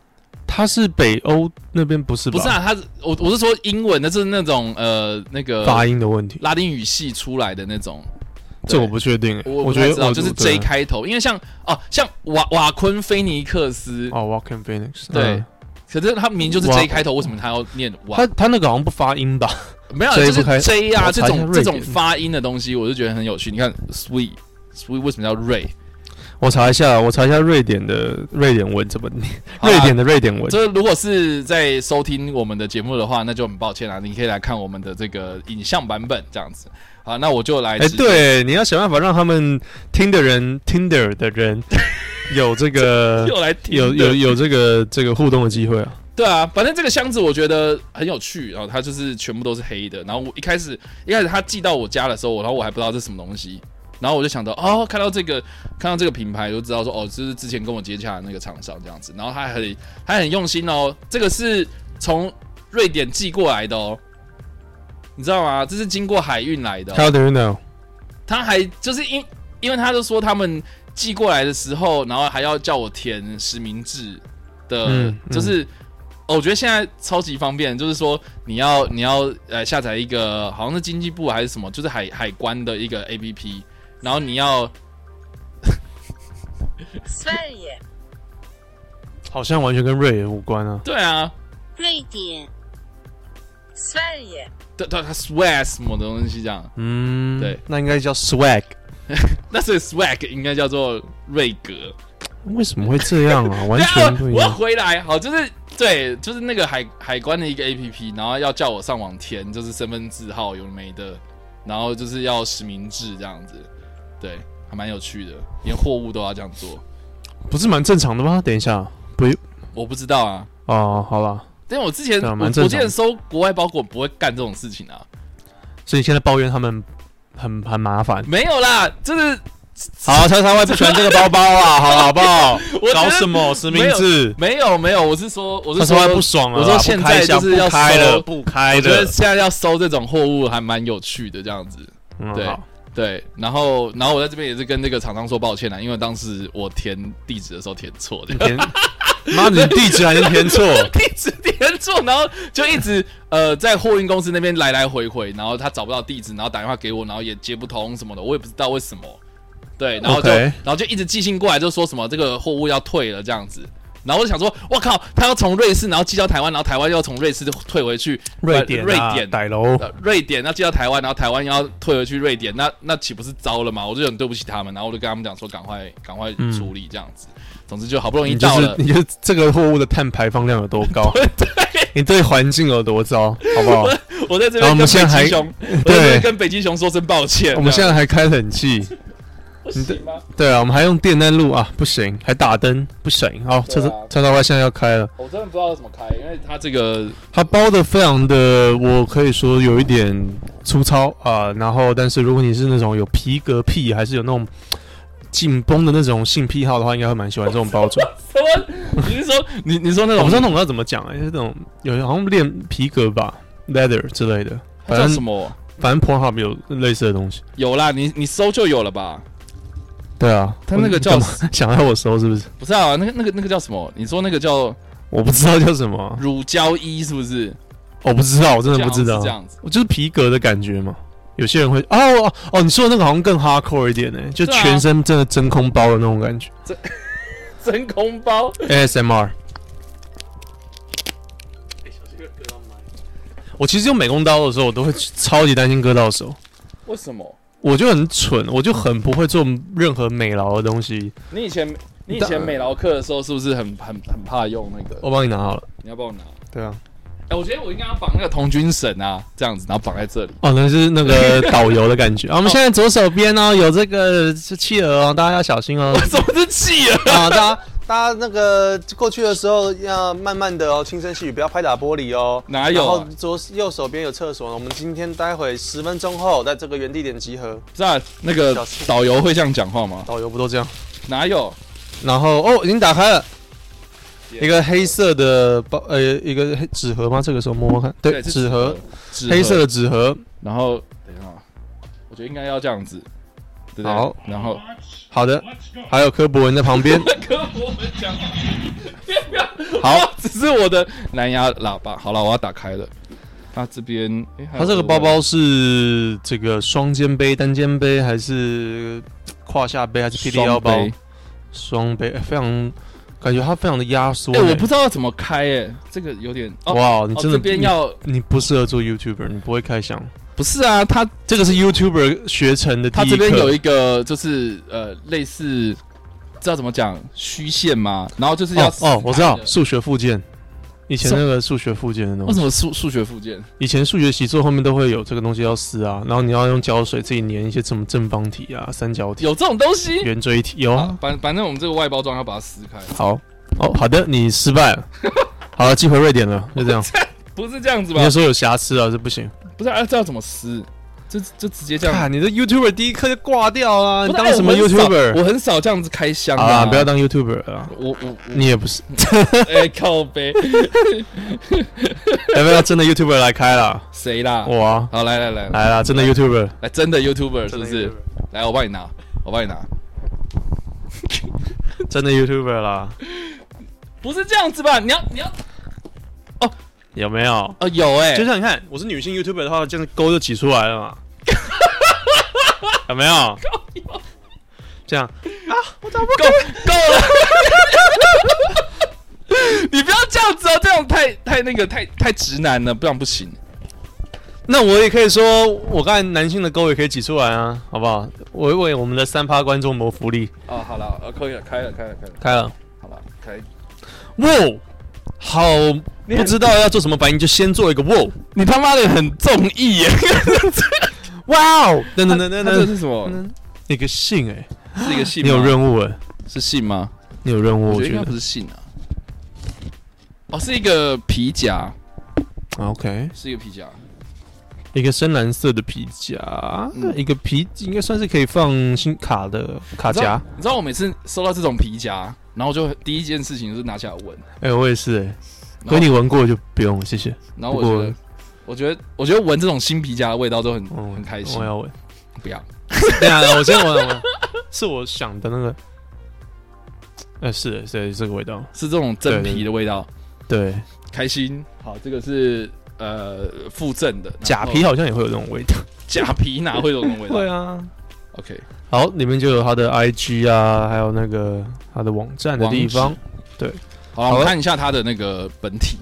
他是北欧那边不是吧？
不是啊，他是我我是说英文的，就是那种呃那
发
个
音的问题，
拉丁语系出来的那种。
这
对
我不确定、
我
我
不
觉
太
得
知道，
我
就是
对
J 开头，因为像哦像瓦瓦昆菲尼克斯，
哦，Walking Phoenix。
对
嗯
可是他名就是 J
瓦
开头，为什么他要念瓦
他？他那个好像不发音吧？
没有，
J
就
不开
是 J 啊，
我
这
查一下
种
瑞
这
典
种发音的东西，我就觉得很有趣。你看 sweet sweet 为什么叫瑞？
我查一下，我查一下瑞典的瑞典文怎么念。
好啦
瑞典的瑞典文，
这如果是在收听我们的节目的话，那就很抱歉啦、你可以来看我们的这个影像版本这样子。好，那我就来。
哎、，对，你要想办法让他们听的人，Tinder 的 人有这个
又来听
有
的
有有这个这个互动的机会啊。
对啊，反正这个箱子我觉得很有趣，然后它就是全部都是黑的。然后我一开始一开始他寄到我家的时候，我然后我还不知道这是什么东西，然后我就想到哦，看到这个看到这个品牌就知道说哦，这是之前跟我接洽的那个厂商这样子。然后他很他很用心哦，这个是从瑞典寄过来的哦，你知道吗？这是经过海运来的哦、
How do you know？
他还就是因因为他就说他们寄过来的时候，然后还要叫我填实名制的，
嗯嗯
就是哦我觉得现在超级方便，就是说你要你要呃下载一个好像是经济部还是什么，就是海海关的一个 APP，然后你要
Sverige,
好像完全跟瑞也无关啊。
对啊，
Röjtien. Sverige,
对对，它 swag 什么的东西这样，
嗯，
对，
那应该叫 swag。
那所以 swag 应该叫做瑞格。
为什么会这样 啊？完
对啊
全，不一
我要
样。
回来，好，就是对，就是那个海海关的一个 A P P，然后要叫我上网填，就是身份字号有的没的，然后就是要实名制这样子，对，还蛮有趣的，连货物都要这样做，
不是蛮正常的吗？等一下，不，
我不知道啊，
哦，好了，
但我之前、
对啊
我
蛮
我
正常
之前收国外包裹不会干这种事情啊，
所以现在抱怨他们很很麻烦。
没有啦， 就是
好，叉叉 Y 不喜欢这个包包 啊，好好不好
我觉得？
搞什么实名制？
没有没有，我是说我
叉
是
叉
说
Y 不爽了啦，
我说现在就是要
不开
收
了，不开
我觉得
了。
现在要收这种货物还蛮有趣的这样子。
嗯
对
好
对，然后然后我在这边也是跟那个厂商说抱歉啊啦，因为当时我填地址的时候填 错的，
填，妈，你地址还能填错？
地址填错，然后就一直呃在货运公司那边来来回回，然后他找不到地址，然后打电话给我，然后也接不通什么的，我也不知道为什么。对，然后就
OK
然后就一直寄信过来，就说什么这个货物要退了这样子。然后我就想说，我靠，他要从瑞士，然后寄到台湾，然后台湾又要从瑞士退回去
瑞
呃
典啊，
瑞典
歹楼。
呃瑞典，那寄到台湾，然后台湾要退回去瑞典，那那岂不是糟了吗？我就很对不起他们，然后我就跟他们讲说，赶快赶快处理这样子。总之就好不容易
你就
到
是
了，
嗯你就是这个货物的碳排放量有多 高？你对环境有多糟，好不好？
我在这
然后我
边跟
们现在
北极
还
熊，我在这边
对，
跟北极熊说声抱歉。
我们
这
现
样
在还开冷气，
不行吗？
对啊，我们还用电灯录啊，不行，还打灯，不行。好，叉
对
叉
啊
叉叉 Y 现在要开了。
我真的不知道要怎么开，因为它这个
它包的非常的，我可以说有一点粗糙啊、然后，但是如果你是那种有皮革癖，还是有那种紧绷的那种性癖好的话，应该会蛮喜欢这种包 装。
什么？你是说你你说那
我不
种
知道那种要怎么讲、欸，是那种有好像练皮革吧，leather 之类的。
它
反
叫
正
什么？
反正 Pornhub 有类似的东西。
有啦，你你搜就有了吧？
对啊，
它那个叫
我你干嘛想要我收是不是？
不是啊，那个那个那个叫什么？你说那个叫
我不知道叫什么啊，
乳胶衣是不是？
我不知道，我真的不知
好像是
道
这。样子。
我就是皮革的感觉嘛。有些人会哦哦哦，你说的那个好像更 hardcore 一点呢、就
对啊
全身真的真空包的那种感觉。
真空包，
ASMR。我其实用美工刀的时候，我都会超级担心割到手。
为什么？
我就很蠢，我就很不会做任何美劳的东西。
你以前你以
当
前美劳课的时候是不是很很很怕用那个？
我帮你拿好了。
你要帮我拿？
对啊。
哎、我觉得我应该要绑那个童军绳啊，这样子，然后绑在这里。
哦，那是那个导游的感觉。 啊，我们现在左手边呢、有这个是企鹅哦，大家要小心哦
我。怎么是气了？
啊，大家大家那个过去的时候要慢慢的哦，轻声细语，不要拍打玻璃哦。
哪有啊
然后左右手边有厕所，我们今天待会十分钟后在这个原地点集合。
不是啊，那个导游会这样讲话吗？
导游不都这样？
哪有？
然后哦，已经打开了。一个黑色的包，呃，一个黑纸盒吗？这个时候摸摸看，对，
是
纸盒，，
纸
黑色的。纸盒。
然后等一下啊，我觉得应该要这样子。对不对
好，
然后
好的，还有科博文在旁 边。
跟我们讲话，
好，
只是我的蓝牙喇叭。好了，我要打开了。那这边，哎还
它
有
这个
额
包
外
包是这个双肩背、单肩背，还是胯下背，还是霹雳腰
双
包
杯？
双背，非常感觉它非常的压缩
哎、
呢。
我不知道要怎么开、哎，这个有点哦。
哇，你
哦，
真
这
的
边
你
要
你不适合做 YouTuber，你不会开箱。
不是啊，它
这个是 YouTuber 学成的第
它
一
这边
课
有一个就是呃类似，知道怎么讲虚线吗？然后就是要
哦哦，我知道
死砍的
数学附件，以前
什
那个数学附件的东
为
西
什，么数数学附件？
以前数学习作后面都会有这个东西要撕啊，然后你要用胶水自己粘一些什么正方体啊、三角体、
有这种东西？
圆锥体，有啊
啊，反反正我们这个外包装要把它撕开，
好，哦，好的，你失败 了。好了，寄回瑞典了，就这样。
不 是这样子
你
吧
要？说有瑕疵啊，这不 行。
不是啊，这要怎么撕？就就直接这样。
看你的 YouTuber 第一课就挂掉啦，
不
你
是
当
哎
什么
我很少
YouTuber？
我很少这样子开箱啊
好啊啦，不要当 YouTuber 了啊，
我我我
你也不是。
哎靠背
哎要不要真的 YouTuber 来开啦？
谁啦？
我啊，
好来来来来
来啦，真的 YouTuber。
来，真的 YouTuber 是
真的
不是
YouTuber？
来，我帮你拿，我帮你拿。
真的 YouTuber 啦，
不是这样子吧？你要你要哦
有没有？
哦，有哎、
就像你看，我是女性 YouTuber 的话，这样勾就挤出来了 嘛，有没有？这样
够够了。你不要这样子哦，这样太太那个太太直男了，不然不行。
那我也可以说，我刚才男性的勾也可以挤出来啊，好不好？我为我们的三趴观众谋福利。
哦，好了，呃，可以了，开了，开了，开了，
开了，
好了，开。
哇，好，不知道要做什么反应，就先做一个哇，
你他妈的很中意耶！
哇哦，等等等等
那这
等，
是什么？
那个信哎、
是一个信
你
吗？
有任务哎、
是信吗？
你有任务，
我
我
觉得
觉
应该
得
不是信啊。哦，是一个皮夹，
啊 OK，
是一个皮夹。
一个深蓝色的皮夹，一个皮应该算是可以放新卡的卡
嗯你知道
夹。
你知道我每次收到这种皮夹，然后就第一件事情就是拿起来闻。
哎、我也是哎、
然后
可你闻过就不用了，谢谢。
然后我觉
不
得
过，
我觉得，我觉得闻这种新皮夹的味道都很、
嗯，
很开心
我。要闻。
不要，
对啊，我先闻我闻，是我想的那个。呃，是的是的这个味道，
是这种真皮的味道，
对，
开心。好，这个是呃附赠的
假皮，哦
然后
好像也会有这种味 道。
假皮哪会有这种味道？
对啊，
OK，
好，里面就有他的 IG 啊，还有那个他的网站的地方
网
好
好了，我
啊
们
了
看一下它的那个本体。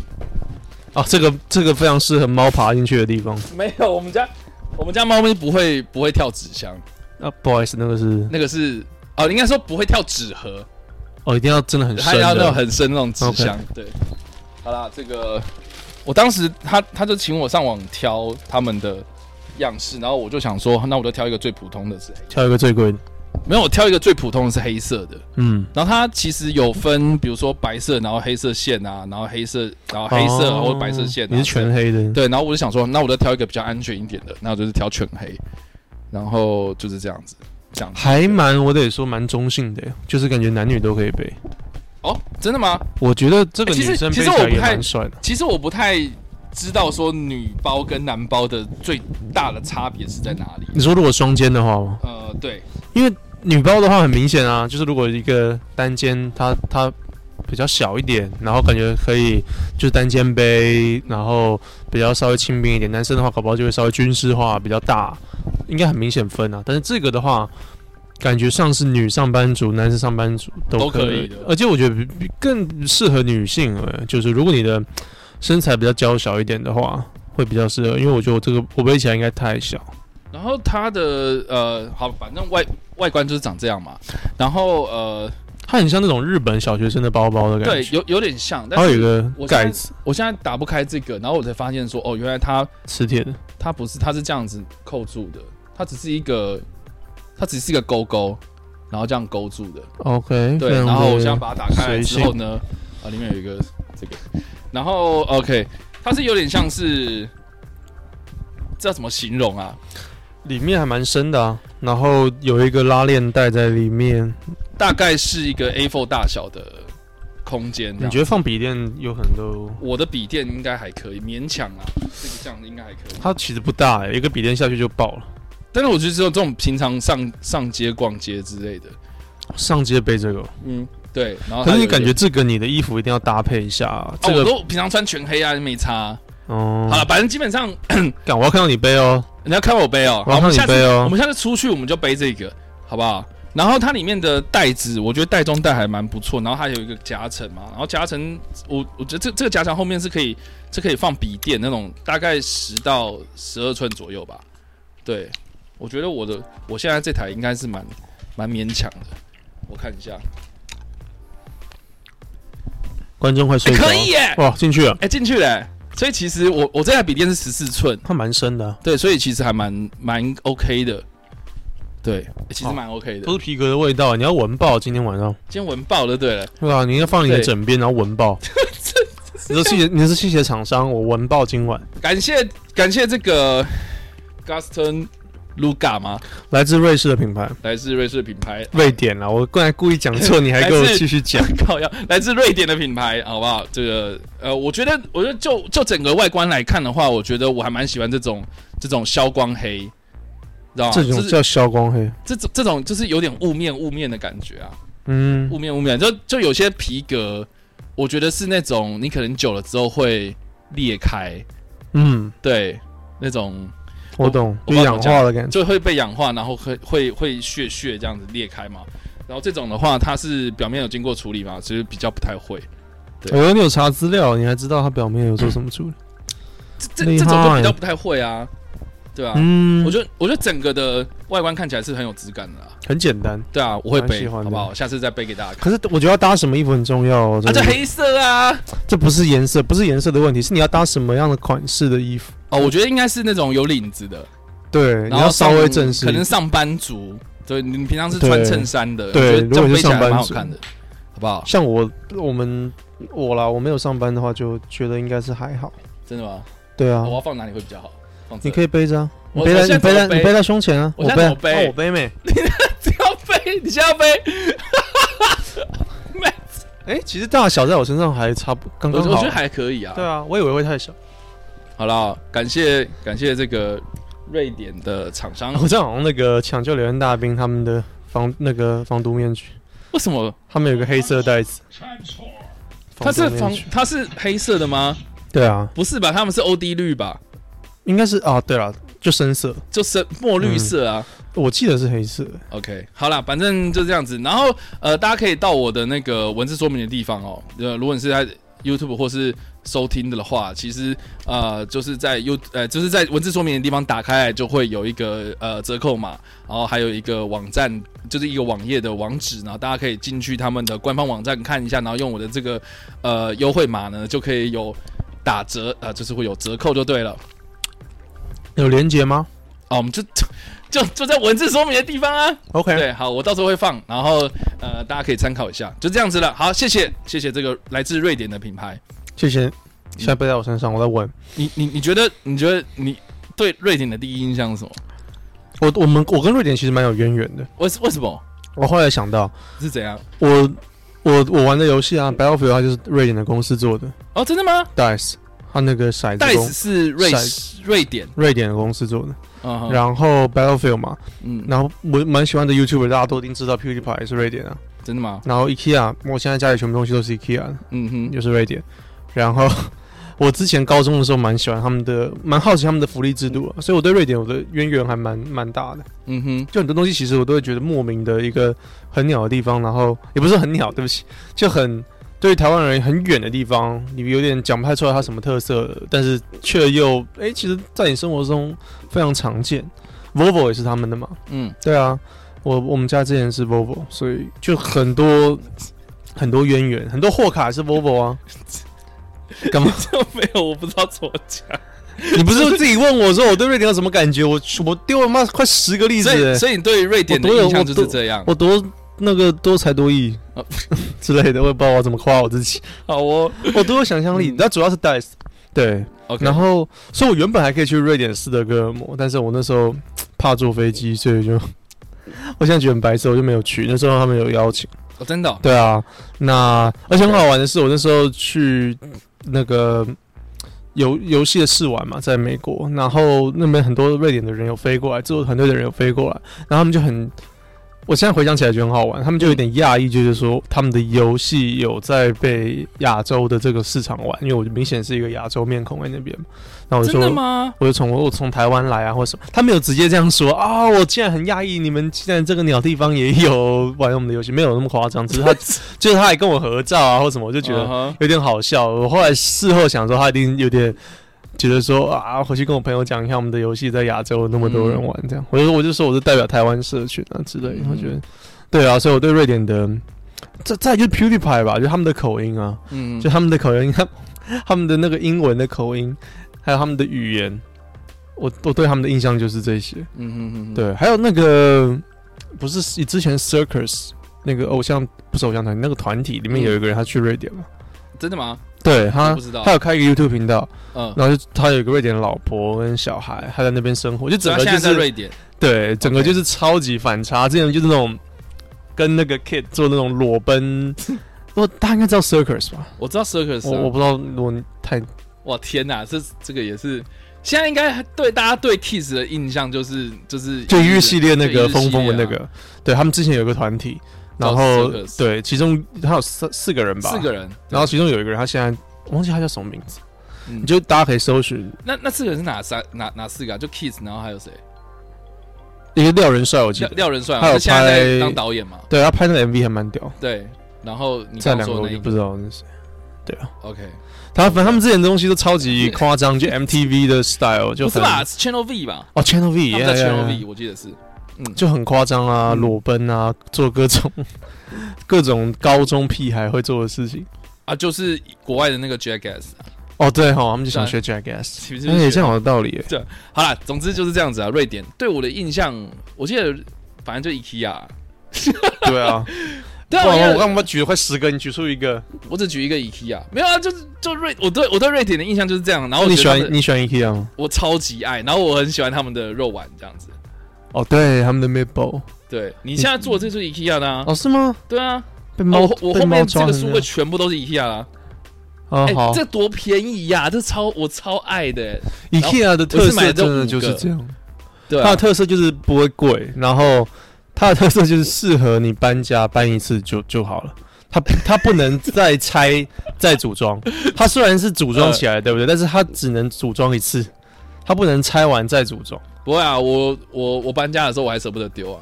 啊，这个这个非常适合猫爬进去的地方
没有，我们家我们家猫咪不会不会跳纸箱，
啊。不好意思，那个是
那个是哦，应该说不会跳纸盒，
哦，一定要真的很
它
深
要那种
的，
很深那种纸
OK
箱。对，好啦，这个我当时他他就请我上网挑他们的样式，然后我就想说，那我就挑一个最普通的是黑，
挑一个最贵的。
没有，我挑一个最普通的是黑色的。
嗯，
然后它其实有分，比如说白色，然后黑色线啊，然后黑色，然后黑色
哦
或者白色线、啊，
你是全黑的。
对，然后我就想说，那我就挑一个比较安全一点的，那我就是挑全黑，然后就是这样子，这样子
还蛮，我得说蛮中性的，就是感觉男女都可以背。
哦，真的吗？
我觉得这个
欸其实
女生
其
背
实
起来
我不
也
太
蛮帅的。
其实我不太知道说女包跟男包的最大的差别是在哪里。
你说如果双肩的话吗？
呃，对，
因为女包的话很明显啊，就是如果一个单肩它它比较小一点，然后感觉可以就是单肩背，然后比较稍微轻便一点。男生的话，搞不好就会稍微军事化，比较大，应该很明显分啊。但是这个的话，感觉上是女上班族、男生上班族
都
都
可
可
以的
而且我觉得比比更适合女性，呃就是如果你的身材比较娇小一点的话。会比较适合，因为我觉得我这个我背起来应该太小，
然后它的呃，好，反正外外观就是长这样嘛。然后呃，
它很像那种日本小学生的包包的感觉。
对，有有点像，但
它有一
是
个
我现在
盖子，
我现在打不开这个，然后我才发现说，哦，原来它
磁铁的。
它不是，它是这样子扣住的，它只是一个，它只是一个勾勾，然后这样勾住的。
OK，嗯
对，
非常
然后我
的
现在把它打开
随
来之
性
后呢，啊，里面有一个这个，然后 OK，它是有点像是，这要怎么形容啊？
里面还蛮深的啊，然后有一个拉链带在里面。
大概是一个 A4 大小的空间。
你觉
得？
得放笔电有很多？
我的笔电应该还可以，勉强啊，这个这样子应该还可以。
它其实不大、欸，一个笔电下去就爆了。
但是我觉得只有这种平常上上街逛街之类的，
上街背这个，
嗯，对。然后
可
它
是你
有一个
感觉这个你的衣服一定要搭配一下、啊。
啊，
这
我
个
都平常穿全黑啊，没差。
哦，
好了，反正基本上
干，我要看到你背哦。
你要看我背哦，
我
好
要看
我们
你
下次
背哦
我们下次出去我们就背这个，好不好？然后它里面的袋子，我觉得袋中袋还蛮不错，然后它有一个夹层嘛，然后夹层，我我觉得这这个夹层后面是可以是可以放笔电那种，大概十到十二寸左右吧。对，我觉得我的我现在这台应该是蛮蛮勉强的，我看一下，
观众快睡
欸
着、
可以耶，
哇，进去了，
哎进去了欸，所以其实我我这台笔电是十四寸，
它蛮深的啊、
对，所以其实还蛮蛮 OK 的，对，欸其实蛮 OK 的
哦都。是皮革的味道，你要闻爆今天晚上。
今天闻爆就对了，
对啊，你应该放你的
对
枕边，然后闻 爆。你是器械，你是器械厂商，我闻爆今晚。
感谢感谢这个 Gaston Luga 吗？
来自瑞士的品牌，
来自瑞士的品牌，
瑞典啦，我刚才故意讲错，你还给我继续 讲。
靠要来自瑞典的品牌，好不好？这个呃，我觉得我觉得就就整个外观来看的话，我觉得我还蛮喜欢这种这种消光黑，你知道吗？
这种
就是
叫消光黑，
这种这种就是有点雾面雾面的感觉啊，
嗯
雾面雾面，就就有些皮革，我觉得是那种你可能久了之后会裂开，
嗯，
对，那种
我懂，
我
就
不知道
氧
怎么
化
讲
的感觉。
就会被氧化，然后会会会血血这样子裂开嘛。然后这种的话，它是表面有经过处理嘛，其实比较不太会。对
我有你有查资料，你还知道它表面有做什么处理？
这这
厉
这
害
种就比较不太会啊，对啊。
嗯，
我觉得我觉得整个的外观看起来是很有质感的啦，
很简单。
对啊，我会
蛮
背，
喜欢
好
的
不好？下次再背给大家
可
看。
是我觉得要搭什么衣服很重要哦。
啊，
真的
这黑色啊，
这不是颜色，不是颜色的问题，是你要搭什么样的款式的衣服。
哦，我觉得应该是那种有领子的，
对，你要
然后
稍微正式一
可
点。
能上班族，对，你你平常是穿
对
衬衫的，
对
我觉得这
如
样
果
背
是
起来
上班
蛮好
族
看的，好不好？
像我我们我啦，我没有上班的话，就觉得应该是还好。
真的吗？哦
对啊
我，要放哪里会比较好？放这
你可以背着啊，
我
你背
我
在
现在
你背
怎
在
么背
你背在胸前啊，
我现在
背
怎么背
啊我背没？
只要背， 你现在要背，
哎，其实大小在我身上还差不刚
我
刚好。
我觉得还可以啊。
对啊，我以为会太小。
好了，感谢感谢这个瑞典的厂商。
我这好像那个抢救流浪大兵他们的防那个防毒面具，
为什么
他们有个黑色袋子。
它
防
是
毒面
防
具
它是黑色的吗？
对啊，
不是吧？他们是欧滴绿吧？
应该是啊，对了，就深色，
就是墨绿色啊。
我记得是黑色。
OK，好啦，反正就这样子。然后呃，大家可以到我的那个文字说明的地方哦。呃，如果你是在 YouTube 或是收听的话，其实呃就是在 You 呃就是在文字说明的地方打开来，就会有一个呃折扣码，然后还有一个网站，就是一个网页的网址，然后大家可以进去他们的官方网站看一下，然后用我的这个呃优惠码呢，就可以有打折啊、呃就是会有折扣就对了。
有连接吗
啊，我们就就就在文字说明的地方啊。
？OK，
对，好，我到时候会放，然后呃，大家可以参考一下，就这样子了。好，谢谢，谢谢这个来自瑞典的品牌。
谢谢。现在背在我身上，我在闻。
你你你觉得你觉得你对瑞典的第一印象是什么？
我我们我跟瑞典其实蛮有渊源的。
为什为什么
我后来想到，
是怎样？
我我我玩的游戏啊，Battlefield 它就是瑞典的公司做的
哦，真的吗
，Dice 它那个骰子公
？Dice 是瑞瑞典，
瑞典的公司做的，
嗯哼，
然后 Battlefield 嘛，
嗯，
然后我蛮喜欢的 YouTuber 大家都一定知道 PewDiePie 也是瑞典啊，
真的吗？
然后 IKEA 我现在家里全部东西都是 IKEA 的
嗯哼，
也是瑞典，然后 我之前高中的时候蛮喜欢他们的，蛮好奇他们的福利制度啊，所以我对瑞典我的渊源还蛮蛮大的，
嗯哼，
就很多东西其实我都会觉得莫名的一个很鸟的地方，然后也不是很鸟，对 不起，就很对于台湾人很远的地方，你有点讲不太出来它什么特色，但是却又哎、其实在你生活中非常常见，Volvo 也是他们的嘛，
嗯，
对啊，我我们家之前是 Volvo，所以就很多很多渊源，很多货卡是 Volvo 啊。干嘛？
这没有，我不知道怎么讲。
你不是自己问我说我对瑞典有什么感觉？我我丢了妈快十个例子
所以
欸，
所以你对瑞典的
我多有
印象就
我
是
多
这样。
我多那个多才多艺
哦
之类的，我也不知道我怎么夸我自己。
好哦
我多有想象力
嗯，
那主要是 Dice。对，
，OK，
然后所以我原本还可以去瑞典斯德哥尔摩，但是我那时候怕坐飞机，所以就我现在觉得很白痴，我就没有去。那时候他们有邀请。
哦真的哦，
对啊，那而且很好玩的是，我那时候去那个游游戏的试玩嘛，在美国，然后那边很多瑞典的人有飞过来，制作团队的人有飞过来，然后他们就很，我现在回想起来觉得很好玩，他们就有点讶异，就是说他们的游戏有在被亚洲的这个市场玩，因为我明显是一个亚洲面孔在那边嘛，那我就
真的
说。
吗？
我就从我从台湾来啊，或什么，他没有直接这样说啊、我竟然很讶异，你们竟然这个鸟地方也有玩我们的游戏，没有那么夸张，只是他就是他还跟我合照啊，或什么，我就觉
嗯
得
哼
有点好笑。我后来事后想说，他一定有点觉得说啊，回去跟我朋友讲一下我们的游戏在亚洲有那么多人玩，这样，我就我就说我是代表台湾社群啊之类的，
嗯
我觉得对啊，所以我对瑞典的。这再来就是 PewDiePie 吧，就他们的口音啊，
嗯，
就他们的口音，他他们的那个英文的口音，还有他们的语言，我我对他们的印象就是这些。
嗯哼哼哼，
对，还有那个不是以之前 Circus 那个偶像不是偶像团体那个团体里面有一个人他去瑞典嘛，
真的吗？
对
嗯我
他
不知道
啊他，有开一个 YouTube 频道，
嗯，
然后就他有一个瑞典的老婆跟小孩，他在那边生活，就
主
整
要
个
啊现在
就
在
是
瑞典，
对，整个
OK
就是超级反差。之前就是那种跟那个 Kid 做那种裸 奔，我大家应该知道 Circus 吧？
我知道 circus，
我
啊
我不知道，如果你太
哇天呐，这这个也是，现在应该对大家对 Kiss 的印象就是就是
就一日系列那
对一日
个
系列啊
疯疯的那个，对他们之前有个团体，
叫
然后
Circus
对，其中他有四四个人吧，
四个人，
然后其中有一个人他现在我忘记他叫什么名字，
嗯
你就大家可以搜寻
那那四个人是哪三哪哪四个、啊？就 Kiss，然后还有谁？
一个廖仁帅，我记
廖
得，
廖仁帅嘛，
还有
他现在
拍
在当导演嘛？
对他拍那个 MV 还蛮屌，
对。然后你
再两
刚刚
个
说
我
的那
就
一
不
个
知道那是谁。
，OK，
他反正他们之前的东西都超级夸张，就 MTV 的 style 就
不是
很
吧？是 Channel V 吧？
哦 Channel V，
他们在
yeah, yeah,
Channel
yeah
V，我记嗯得是。
就很夸张啊，裸奔啊，做各种各种高中屁孩会做的事情。
啊，就是国外的那个 Jackass。
哦，对哈，他们就想学 Jackass，
其实就是
哎，
学
这样有道理耶。
好啦，总之就是这样子啊。瑞典对我的印象，我记得反正就 IKEA。
对 啊，
对啊，
哇
因为
我刚刚举了快十个，你举出一个。
我只举一个 IKEA，没有啊，就是就瑞，我对我对瑞典的印象就是这样。然后我
哦你
觉
喜
得他
欢
们
你喜欢 IKEA 啊吗？
我超级爱，然后我很喜欢他们的肉丸这样子。
哦，对，他们的 Maple。
对你现在做的这就是 IKEA 的啊，
哦，是吗？
对啊，
被
哦
猫
我后我
被
后
猫
面这
抓
个
成
书
那
柜
样。
全部都是 IKEA 啦。
啊，
哎
好，
这多便宜呀！这超我超爱的。
IKEA 的
我
特
是买
色
了这
真的
五
就是
个
这样，
对
它
啊
的，特色就是不会贵，然后它的特色就是适合你搬家搬一次就就好了。它它不能再拆 再组装，它虽然是组装起
呃
来，对不对？但是它只能组装一次，它不能拆完再组装。
不会啊，我我我搬家的时候我还舍不得丢啊。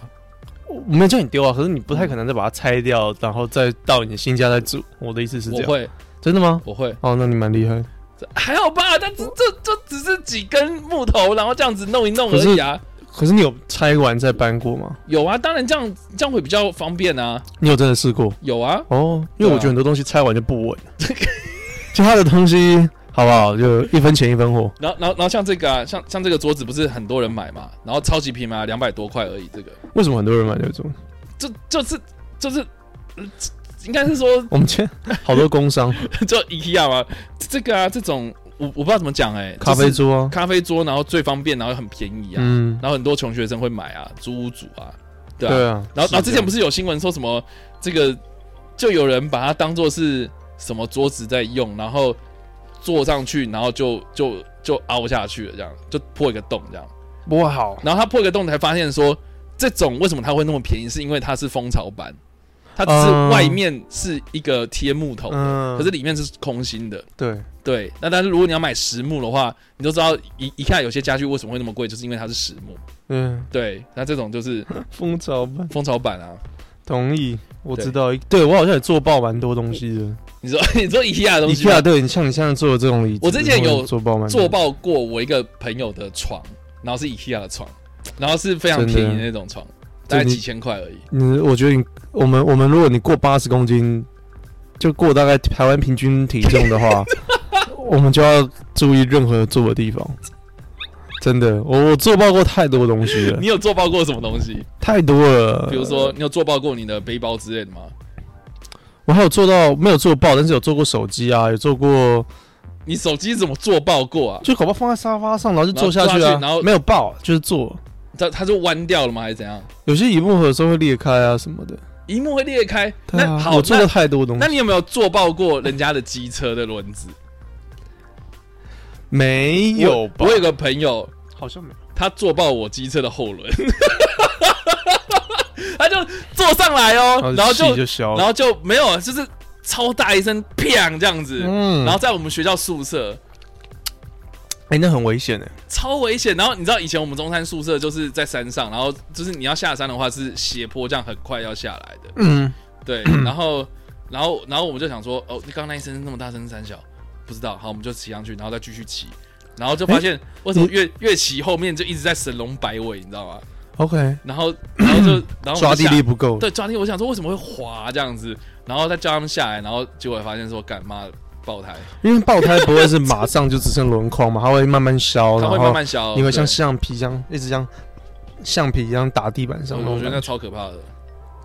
我没有叫你丢啊，可是你不太可能再把它拆掉，然后再到你的新家再住。我的意思是
我
这样，
会
真的吗？
我会，
哦，那你蛮厉害。
这还好吧？但这这这只是几根木头，然后这样子弄一弄而已啊。
可是你有拆完再搬过吗？
有啊，当然这样这样会比较方便啊。
你有真的试过？
有啊，
哦，因为我觉
对啊
得很多东西拆完就不 稳，就它的东西好不好？就一分钱一分货。
然后然后然后像这个啊，像像这个桌子不是很多人买嘛，然后超级便宜嘛，两百多块而已。这个
为什么很多人买这种？
就就是就是，呃这应该是说
我们今天好多工商
就 IKEA 嘛，这个啊这种我我不知道怎么讲哎、
咖啡
就是
桌 啊，
咖啡桌，然后最方便，然后很便宜啊，
嗯，
然后很多穷学生会买啊，租屋主啊，对啊。
对啊。
然后然后之前不
是
是有新闻说什么这个就有人把它当做是什么桌子在用，然后坐上去，然后就就就凹下去了，这样就破一个洞这样。
不好，
然后他破一个洞才发现说，这种为什么它会那么便宜，是因为它是蜂巢板，它只是
嗯
外面是一个贴木头的，
嗯
可是里面是空心的。
对，
对，那但是如果你要买实木的话，你就知道一一看有些家具为什么会那么贵，就是因为它是实木。
嗯，
对，那这种就是
蜂巢吧，
蜂巢板啊。
同意，我
对
知道，对我好像也做爆蛮多东西的。
你说 你说 IKEA 的东
你
西吗
看，对你像你现在做的这种椅子，
我之前有
做爆蛮多
做，爆过我一个朋友的床，然后是 IKEA 的床，然后是非常
真的
便宜的那种床，大概
这你
几千块而已。
你我觉得你我们我们如果你过八十公斤，就过大概台湾平均体重的 话，我们就要注意任何坐的地方。真的，我我做爆过太多东西了
你，有做爆过什么东西？
太多了。
比如说，你有做爆过你的背包之类的吗？
我还有做到没有做爆，但是有做过手机啊，有做过
你手机怎么做爆过啊？
就搞不好放在沙发上，然后就坐下去
然后坐下
啊，
去然后
没有爆就是坐。
它它是弯掉了吗？还是怎样？
有些荧幕盒的时候会裂开啊什么的。
荧幕会裂开？
对
那
啊，
好，
我做
那
过太多东
那
西。
你有没有做爆过人家的机车的轮子？
没 有吧
我？我有个朋友，
好像没有。
他做爆我机车的后轮， 他就坐上来哦，然后
气
就
就消
然
了。
后就没有，就是超大一声“砰”这样子，
嗯
然后在我们学校宿舍
哎，那很危险哎。
超危险。然后你知道以前我们中山宿舍就是在山上，然后就是你要下山的话是斜坡，这样很快要下来的。
嗯，
对，然后然后然后我们就想说，哦，刚刚那一声那么大声，三小不知道，好，我们就骑上去，然后再继续骑。然后就发现为什么越越骑后面就一直在神龙摆尾，你知道吗？
OK，
然后然后 就然后我们就
抓地
下
力不够。
对，抓地，我想说为什么会滑这样子，然后再叫他们下来，然后结果发现说干妈爆胎，
因为爆胎不会是马上就只剩轮框嘛，它会慢慢消，
它
哦然
会慢
后
慢消，
你会
对
像橡皮一样一直这样橡皮一样打地板上那
嗯我我
种
觉得
感
那
觉。
超可怕的，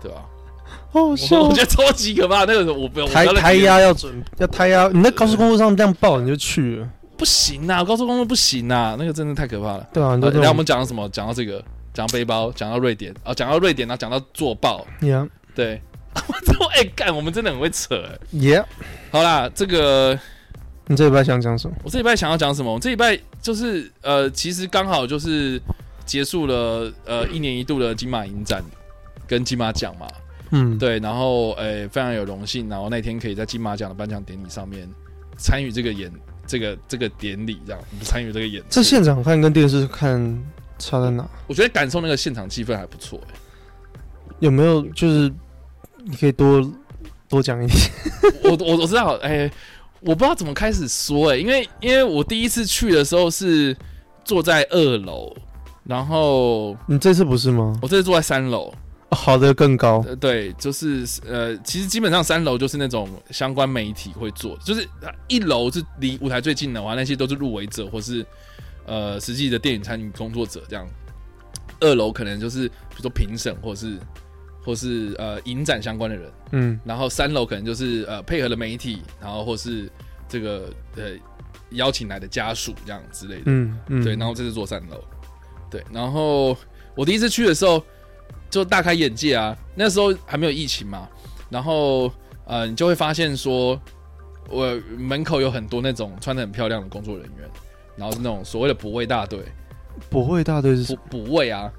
对吧？
好笑
我我觉得超级可怕，那个我不要，我不
胎
要再
胎
提了
压要准，要胎压，你在高速公路上这样爆你就去了，
不行啊，高速公路不行啊，那个真的太可怕了。
对啊，你
好
就这
呃然后我
种
们讲到什么？讲到这个，讲到背包，讲到瑞典啊，讲到瑞典，然后讲到做爆，
，yeah
对， 我真的哎干，我们真的很会扯哎。
yeah，
好啦，这个
你这礼拜想讲什么？
我这礼拜想要讲什么？我这礼拜就是呃，其实刚好就是结束了呃一年一度的金马影展跟金马奖嘛，
嗯，
对，然哎后呃非常有荣幸，然后那天可以在金马奖的颁奖典礼上面参与这个演这个这个典礼，这样我们参与这个演出。
这现场看跟电视看差在哪？
我觉得感受那个现场气氛还不错、欸。
有没有就是你可以多多讲一点？
我我我知道，哎、我不知道怎么开始说、哎，因为因为我第一次去的时候是坐在二楼，然后
你这次不是吗？
我这次坐在三楼，
哦好的更高，
呃，对，就是呃，其实基本上三楼就是那种相关媒体会做，就是呃一楼是离舞台最近的话，那些都是入围者或是呃实际的电影参与工作者这样。二楼可能就是比如说评审或是或是呃影展相关的人，
嗯，
然后三楼可能就是呃配合了媒体，然后或是这个呃邀请来的家属这样之类的。
嗯嗯，
对，然后这次坐三楼，对，然后我第一次去的时候就大开眼界啊，那时候还没有疫情嘛，然后呃，你就会发现说，我门口有很多那种穿的很漂亮的工作人员，然后是那种所谓的补位大队，
不会大队是什
补
么
补位啊，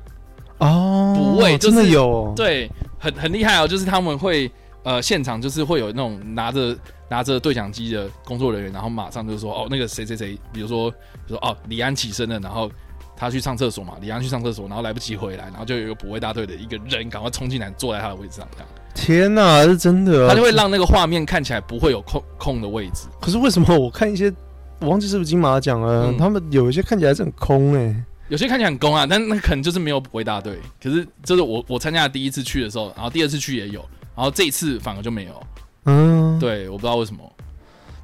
哦，
补位就
真的
是
有哦，
对，很很厉害哦，就是他们会呃现场就是会有那种拿着拿着对讲机的工作人员，然后马上就说哦那个谁谁谁，比如说比如说哦李安起身了，然后他去上厕所嘛，李安去上厕所，然后来不及回来，然后就有一个补位大队的一个人赶快冲进来坐在他的位置上，这样
天哪，是真的啊！
他就会让那个画面看起来不会有空空的位置。
可是为什么我看一些，我忘记是不是金马奖了，
嗯
他们有一些看起来是很空哎、
有些看起来很攻啊，但那可能就是没有补位大队。可是这是我我参加的第一次去的时候，然后第二次去也有，然后这一次反而就没有。
嗯，。
对，我不知道为什么。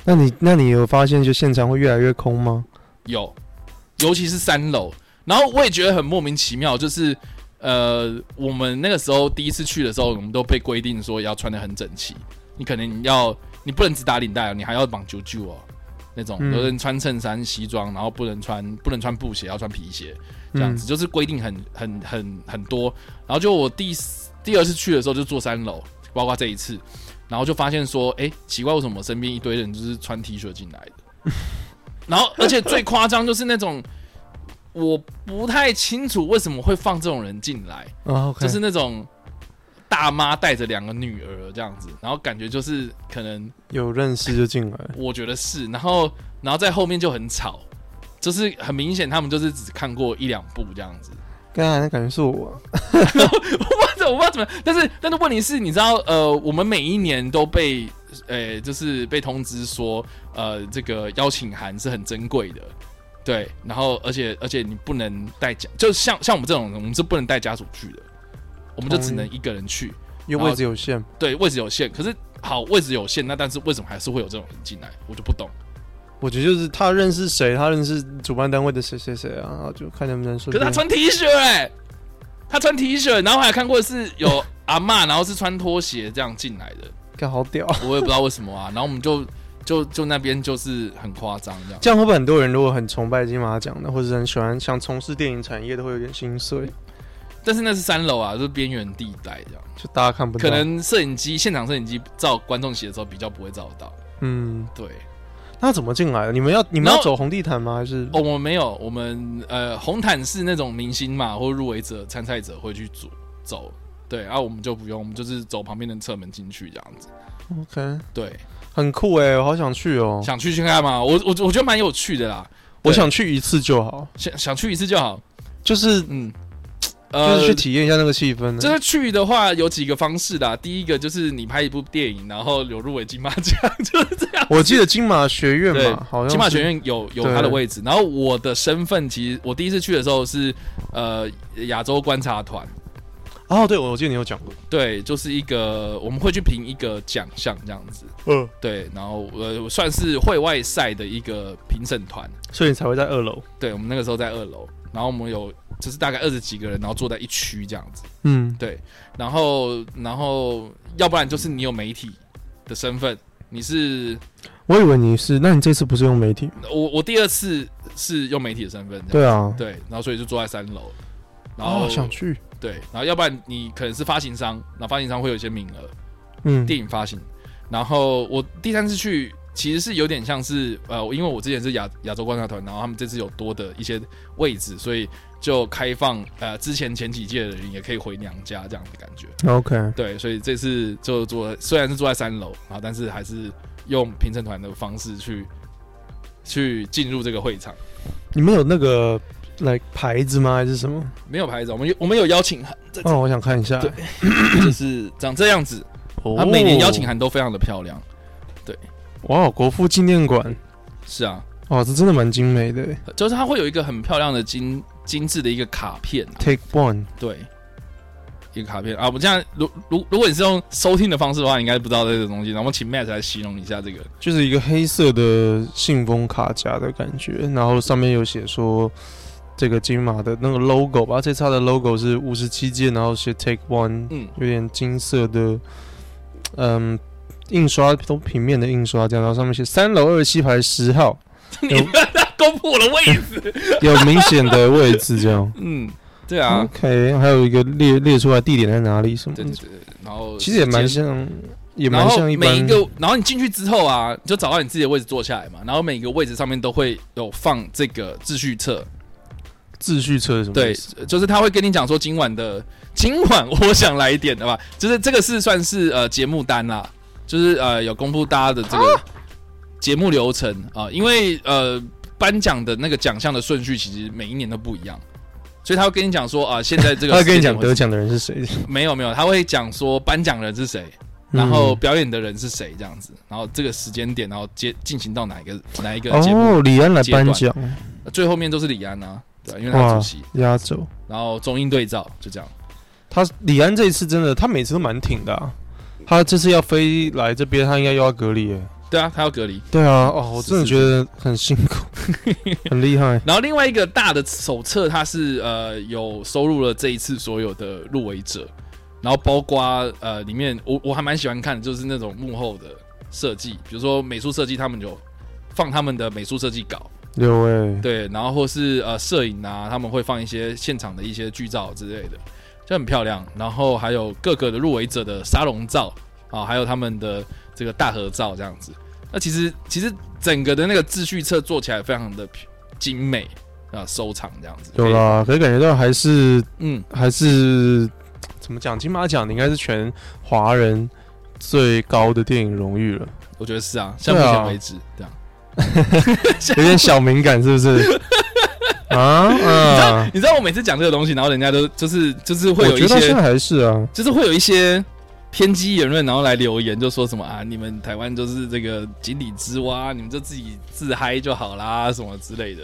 那你那你有发现就现场会越来越空吗？
有，尤其是三楼。然后我也觉得很莫名其妙，就是呃，我们那个时候第一次去的时候，我们都被规定说要穿的很整齐，你可能要你不能只打领带哦，你还要绑啾啾哦。那种
嗯
有人穿衬衫、西装，然后不能穿不能穿布鞋，要穿皮鞋，
嗯
这样子、就是规定很很很很多。然后就我第四第二次去的时候就坐三楼，包括这一次，然后就发现说，哎、奇怪，为什么我身边一堆人就是穿 T 恤进来的？然后，而且最夸张就是那种，我不太清楚为什么会放这种人进来，
啊，OK，
就是那种大妈带着两个女儿这样子，然后感觉就是可能
有认识就进来，
我觉得是，然后然后在后面就很吵，就是很明显他们就是只看过一两部这样子，
刚才那感觉是我，
我不知道怎么，但是但是问题是，你知道，呃，我们每一年都被，呃，就是被通知说，呃，这个邀请函是很珍贵的，对，然后而且而且你不能带家，就像像我们这种，我们是不能带家属去的，我们就只能一个人去，
因为位置有限，
对，位置有限，可是好位置有限，那但是为什么还是会有这种人进来，我就不懂。
我觉得就是他认识谁，他认识主办单位的谁谁谁啊，然后就看能不能顺
可
便。
是他穿 T 恤哎、他穿 T 恤，然后还看过是有阿嬷，然后是穿拖鞋这样进来的。
干好屌，
我也不知道为什么啊。然后我们就就就那边就是很夸张这样。
这样会不会很多人如果很崇拜金马奖的，或者是很喜欢想从事电影产业的，会有点心碎，
但是那是三楼啊，就是边缘地带这样，
就大家看不到。
可能摄影机现场摄影机照观众席的时候比较不会照到。
嗯，
对，
那怎么进来的？你们要你们
然
要
后
走红地毯吗？还是
哦，我们没有，我们呃红毯是那种明星嘛或入围者、参赛者会去走走。对，啊，我们就不用，我们就是走旁边的侧门进去这样子。
OK？
对，
很酷哎、我好想去哦、
想去去看嘛，我我我觉得蛮有趣的啦，
我想去一次就好，
想想去一次就好。
就是
嗯，
就
呃，
是去体验一下那个气氛呢。
就是去的话有几个方式啦，第一个就是你拍一部电影，然后有入围金马奖，就是这样。
我记得金马学院
啊对
嘛，好像
金马学
是
院有有
对
它的位置，然后我的身份其实我第一次去的时候是呃亚洲观察团，
哦，对，我我记得你有讲过，
对，就是一个我们会去评一个奖项这样子，
嗯，
对，然后呃我算是会外赛的一个评审团，
所以你才会在二楼。
对我们那个时候在二楼，然后我们有就是大概二十几个人，然后坐在一区这样子，
嗯，
然后然后要不然就是你有媒体的身份，你是
我以为你是，那你这次不是用媒体？
我我第二次是用媒体的身份，这样
对啊，
对，然后所以就坐在三楼，然后、
哦，想去，
对，然后要不然你可能是发行商，那发行商会有一些名额，
嗯，
电影发行，然后我第三次去。其实是有点像是呃，因为我之前是亚亚洲观察团，然后他们这次有多的一些位置，所以就开放呃，之前前几届的人也可以回娘家这样的感觉。
OK，
对，所以这次就坐，虽然是坐在三楼啊，但是还是用评审团的方式去去进入这个会场。
你们有那个来牌子吗？还是什么？
没有牌子，我们有我们有邀请 函，这
哦，我想看一下。
对就是长这样子。
哦
他每年邀请函都非常的漂亮。
哇，国父纪念馆
是啊，
哦，这真的蛮精美的。
就是它会有一个很漂亮的精精致的一个卡片、啊，
Take one，
对，一个卡片啊。我们这样，如如如果你是用收听的方式的话，你应该不知道这个东西。然后我请 Matt 来形容一下这个。
就是一个黑色的信封卡夹的感觉，然后上面有写说这个金马的那个 logo 吧，这次它的 logo 是五十七件，然后写 Take one，
嗯，
有点金色的，嗯，印刷都平面的印刷这样，然后上面写三楼二十七排十号，
你不要公布我的位置。
有明显的位置这样。
嗯，对 啊，
OK，还有一个列列出来地点在哪里什么
对
的
对，对。然后
其实也蛮像，也
然
蛮
后
像一般
每一个，然后你进去之后啊，你就找到你自己的位置坐下来嘛。然后每个位置上面都会有放这个秩序册，
秩序车什么
对
意思。，
就是他会跟你讲说今晚的，今晚我想来一点的吧。就是这个是算是呃节目单啦，就是呃有公布大家的这
啊
个节目流程啊、因为呃颁奖的那个奖项的顺序其实每一年都不一样。所以他会跟你讲说啊、现在这 个
他会跟你讲
时间
得
点
奖的人是谁，
会没有没有，他会讲说颁奖人是谁， 然后
嗯
表演的人是谁这样子，然后这个时间点，然后接进行到哪一个哪一个节目，
哦，李安来
阶
颁
段
奖，
最后面都是李安啊，对啊，因为他
哇
主席，，
压轴。
然后中英对照就这样，
他李安这一次真的，他每次都蛮挺的、啊。他这次要飞来这边，他应该又要隔离耶。
对啊，他要隔离。
对啊，哦，我
是
真的
是
觉得很辛苦， 很厉害。
然后另外一个大的手册，它是呃有收录了这一次所有的入围者，然后包括呃里面我我还蛮喜欢看的，就是那种幕后的设计，比如说美术设计，他们有放他们的美术设计稿，
有哎，
对，然后或是呃摄影啊，他们会放一些现场的一些剧照之类的，就很漂亮。然后还有各个的入围者的沙龙照啊，还有他们的这个大合照这样子。那其实其实整个的那个秩序册做起来非常的精美啊，收藏这样子。
有啦，可以感觉到还是
嗯，
还是怎么讲？金马奖应该是全华人最高的电影荣誉了，
我觉得是啊，像目前为止、这样。
有点小敏感是不 是？啊啊！
你知道我每次讲这个东西，然后人家都就是就是会
我
有
觉得
一
到现
些
在还是啊，
就是会有一些偏激言论，然后来留言，就说什么啊，你们台湾就是这个井底之蛙，你们就自己自嗨就好啦，什么之类的。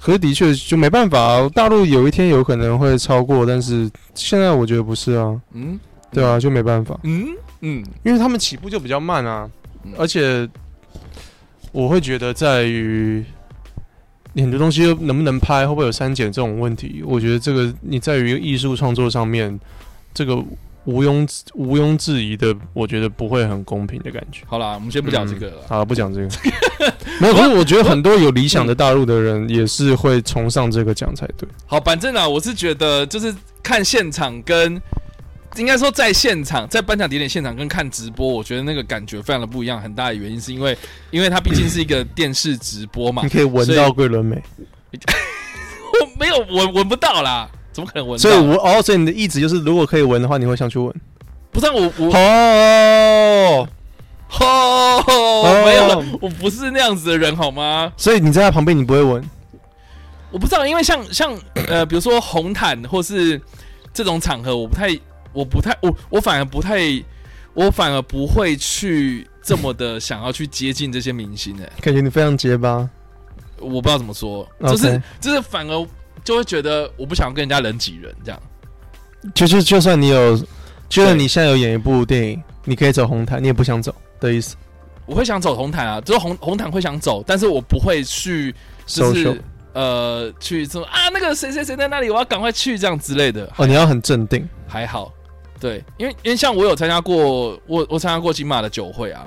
可是的确就没办法、啊，大陆有一天有可能会超过，但是现在我觉得不是啊，
嗯
对啊，就没办法，
嗯嗯，
因为他们起步就比较慢啊
嗯，
而且我会觉得在于你很多东西能不能拍，会不会有删减这种问题，我觉得这个你在于一个艺术创作上面，这个毋庸毋庸置疑的，我觉得不会很公平的感觉。
好啦，我们先不讲这个了。
嗯好，不讲 这个。没有，可是我觉得很多有理想的大陆的人也是会崇尚这个奖才对。
好，反正啊，我是觉得就是看现场跟。应该说，在现场，在颁奖典礼现场跟看直播，我觉得那个感觉非常的不一样。很大的原因是因为，因为它毕竟是一个电视直播 嘛
你，可以闻
所以
到桂纶镁，
我没有闻闻不到啦，怎么可能闻到？
所以我哦，所以你的意思就是，如果可以闻的话，你会想去闻。
不是啊我我
哦，
哦，没有，我不是那样子的人好吗？
所以你在他旁边，你不会闻。
我不知道，因为像像呃，比如说红毯或是这种场合，我不太，我不太，我我反而不太，我反而不会去这么的想要去接近这些明星哎、
感觉你非常结巴。
我不知道怎么说，
OK
就是就是反而就会觉得我不想跟人家人挤人这样。
就就就算你有，就算
对
你现在有演一部电影，你可以走红毯，你也不想走的意思。
我会想走红毯啊，就是红红毯会想走，但是我不会去就
Social
是呃去什么啊那个谁谁谁在那里，我要赶快去这样之类的。
哦，你要很镇定。
还好，对，因为因为像我有参加过，我我参加过金马的酒会啊，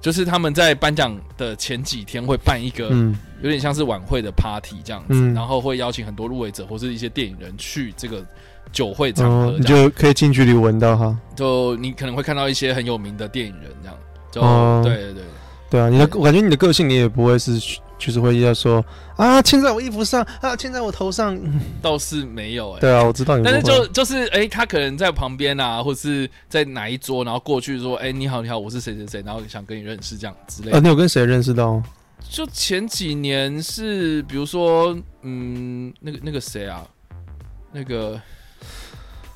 就是他们在颁奖的前几天会办一个
嗯，
有点像是晚会的 party 这样子，
嗯
然后会邀请很多入围者或是一些电影人去这个酒会场
哦
合，
你
这样，
就可以近距离闻到哈。
就你可能会看到一些很有名的电影人这样，就、
哦
对对对，
对啊，你的
对
我感觉你的个性，你也不会是就是会要说啊，牵在我衣服上啊，牵在我头上。嗯
倒是没有哎、
对啊，我知道你不会。
但是就就是哎、他可能在旁边啊，或是在哪一桌，然后过去说，哎、你好，你好，我是谁谁谁，然后想跟你认识这样之类的
啊，。你有跟谁认识到？
就前几年是，比如说，嗯，那个那个谁啊，那个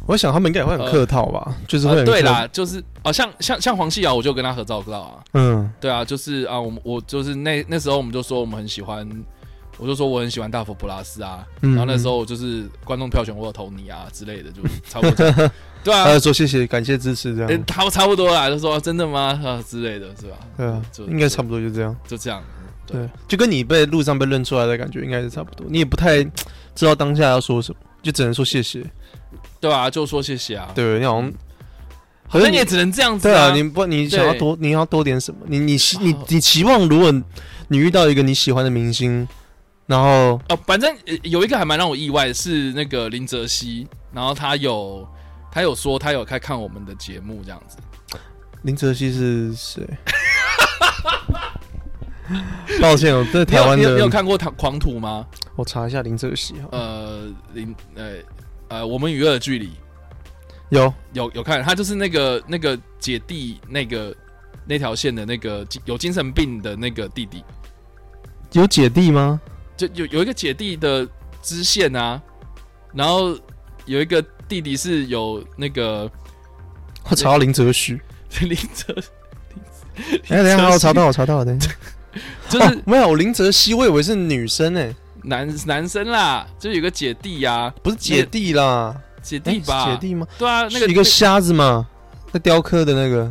我想他们应该也会很客套吧，就是会
啊，
很
对
客
啦，，就是啊，像像像黄细尧，我就跟他合照过啊，
嗯
对啊，就是啊，我们我就是那那时候我们就说我们很喜欢，我就说我很喜欢大佛普拉斯啊，
嗯，
然后那时候我就是观众票选我有投你啊之类的，就 差不多这样，对
他
啊
就，嗯呃说谢谢，感谢支持这
诶
样，
差不差不多啦，就说真的吗啊之类的，是吧？
对啊，
就
应该差不多就这样，
就这样，
对，就跟你被路上被认出来的感觉应该是差不多，你也不太知道当下要说什么，就只能说谢谢，
对啊，就说谢谢啊，
对，你好像
好像你也只能这样子
对啊，你不，你想要
对哦
多，你要多点什么？你你希你
好
你期望，如果你遇到一个你喜欢的明星，然后
哦，反正呃有一个还蛮让我意外的是那个林哲熙，然后他有他有说他有开看我们的节目这样子，
林哲熙是谁？ 抱歉，我对台湾
你有你有你有
的，
看过他《狂徒》吗？
我查一下林哲熙哈，
呃，林呃呃，我们与恶的距离
有
有有看，他就是那个那个姐弟那个那条线的那个精有精神病的那个弟弟，
有姐弟吗？
就有有一个姐弟的支线啊，然后有一个弟弟是有那个
我查到林哲熙，
林哲，
哎， 等一下，我查到，我查到，等一下，
就是
哦没有林哲熙，我以为是女生诶，
男男生啦，就有个姐弟呀、啊，
不是姐弟啦，
姐
哎
弟吧，
是姐弟吗？
对啊，那个
是一个
那
瞎子嘛，那雕刻的那个。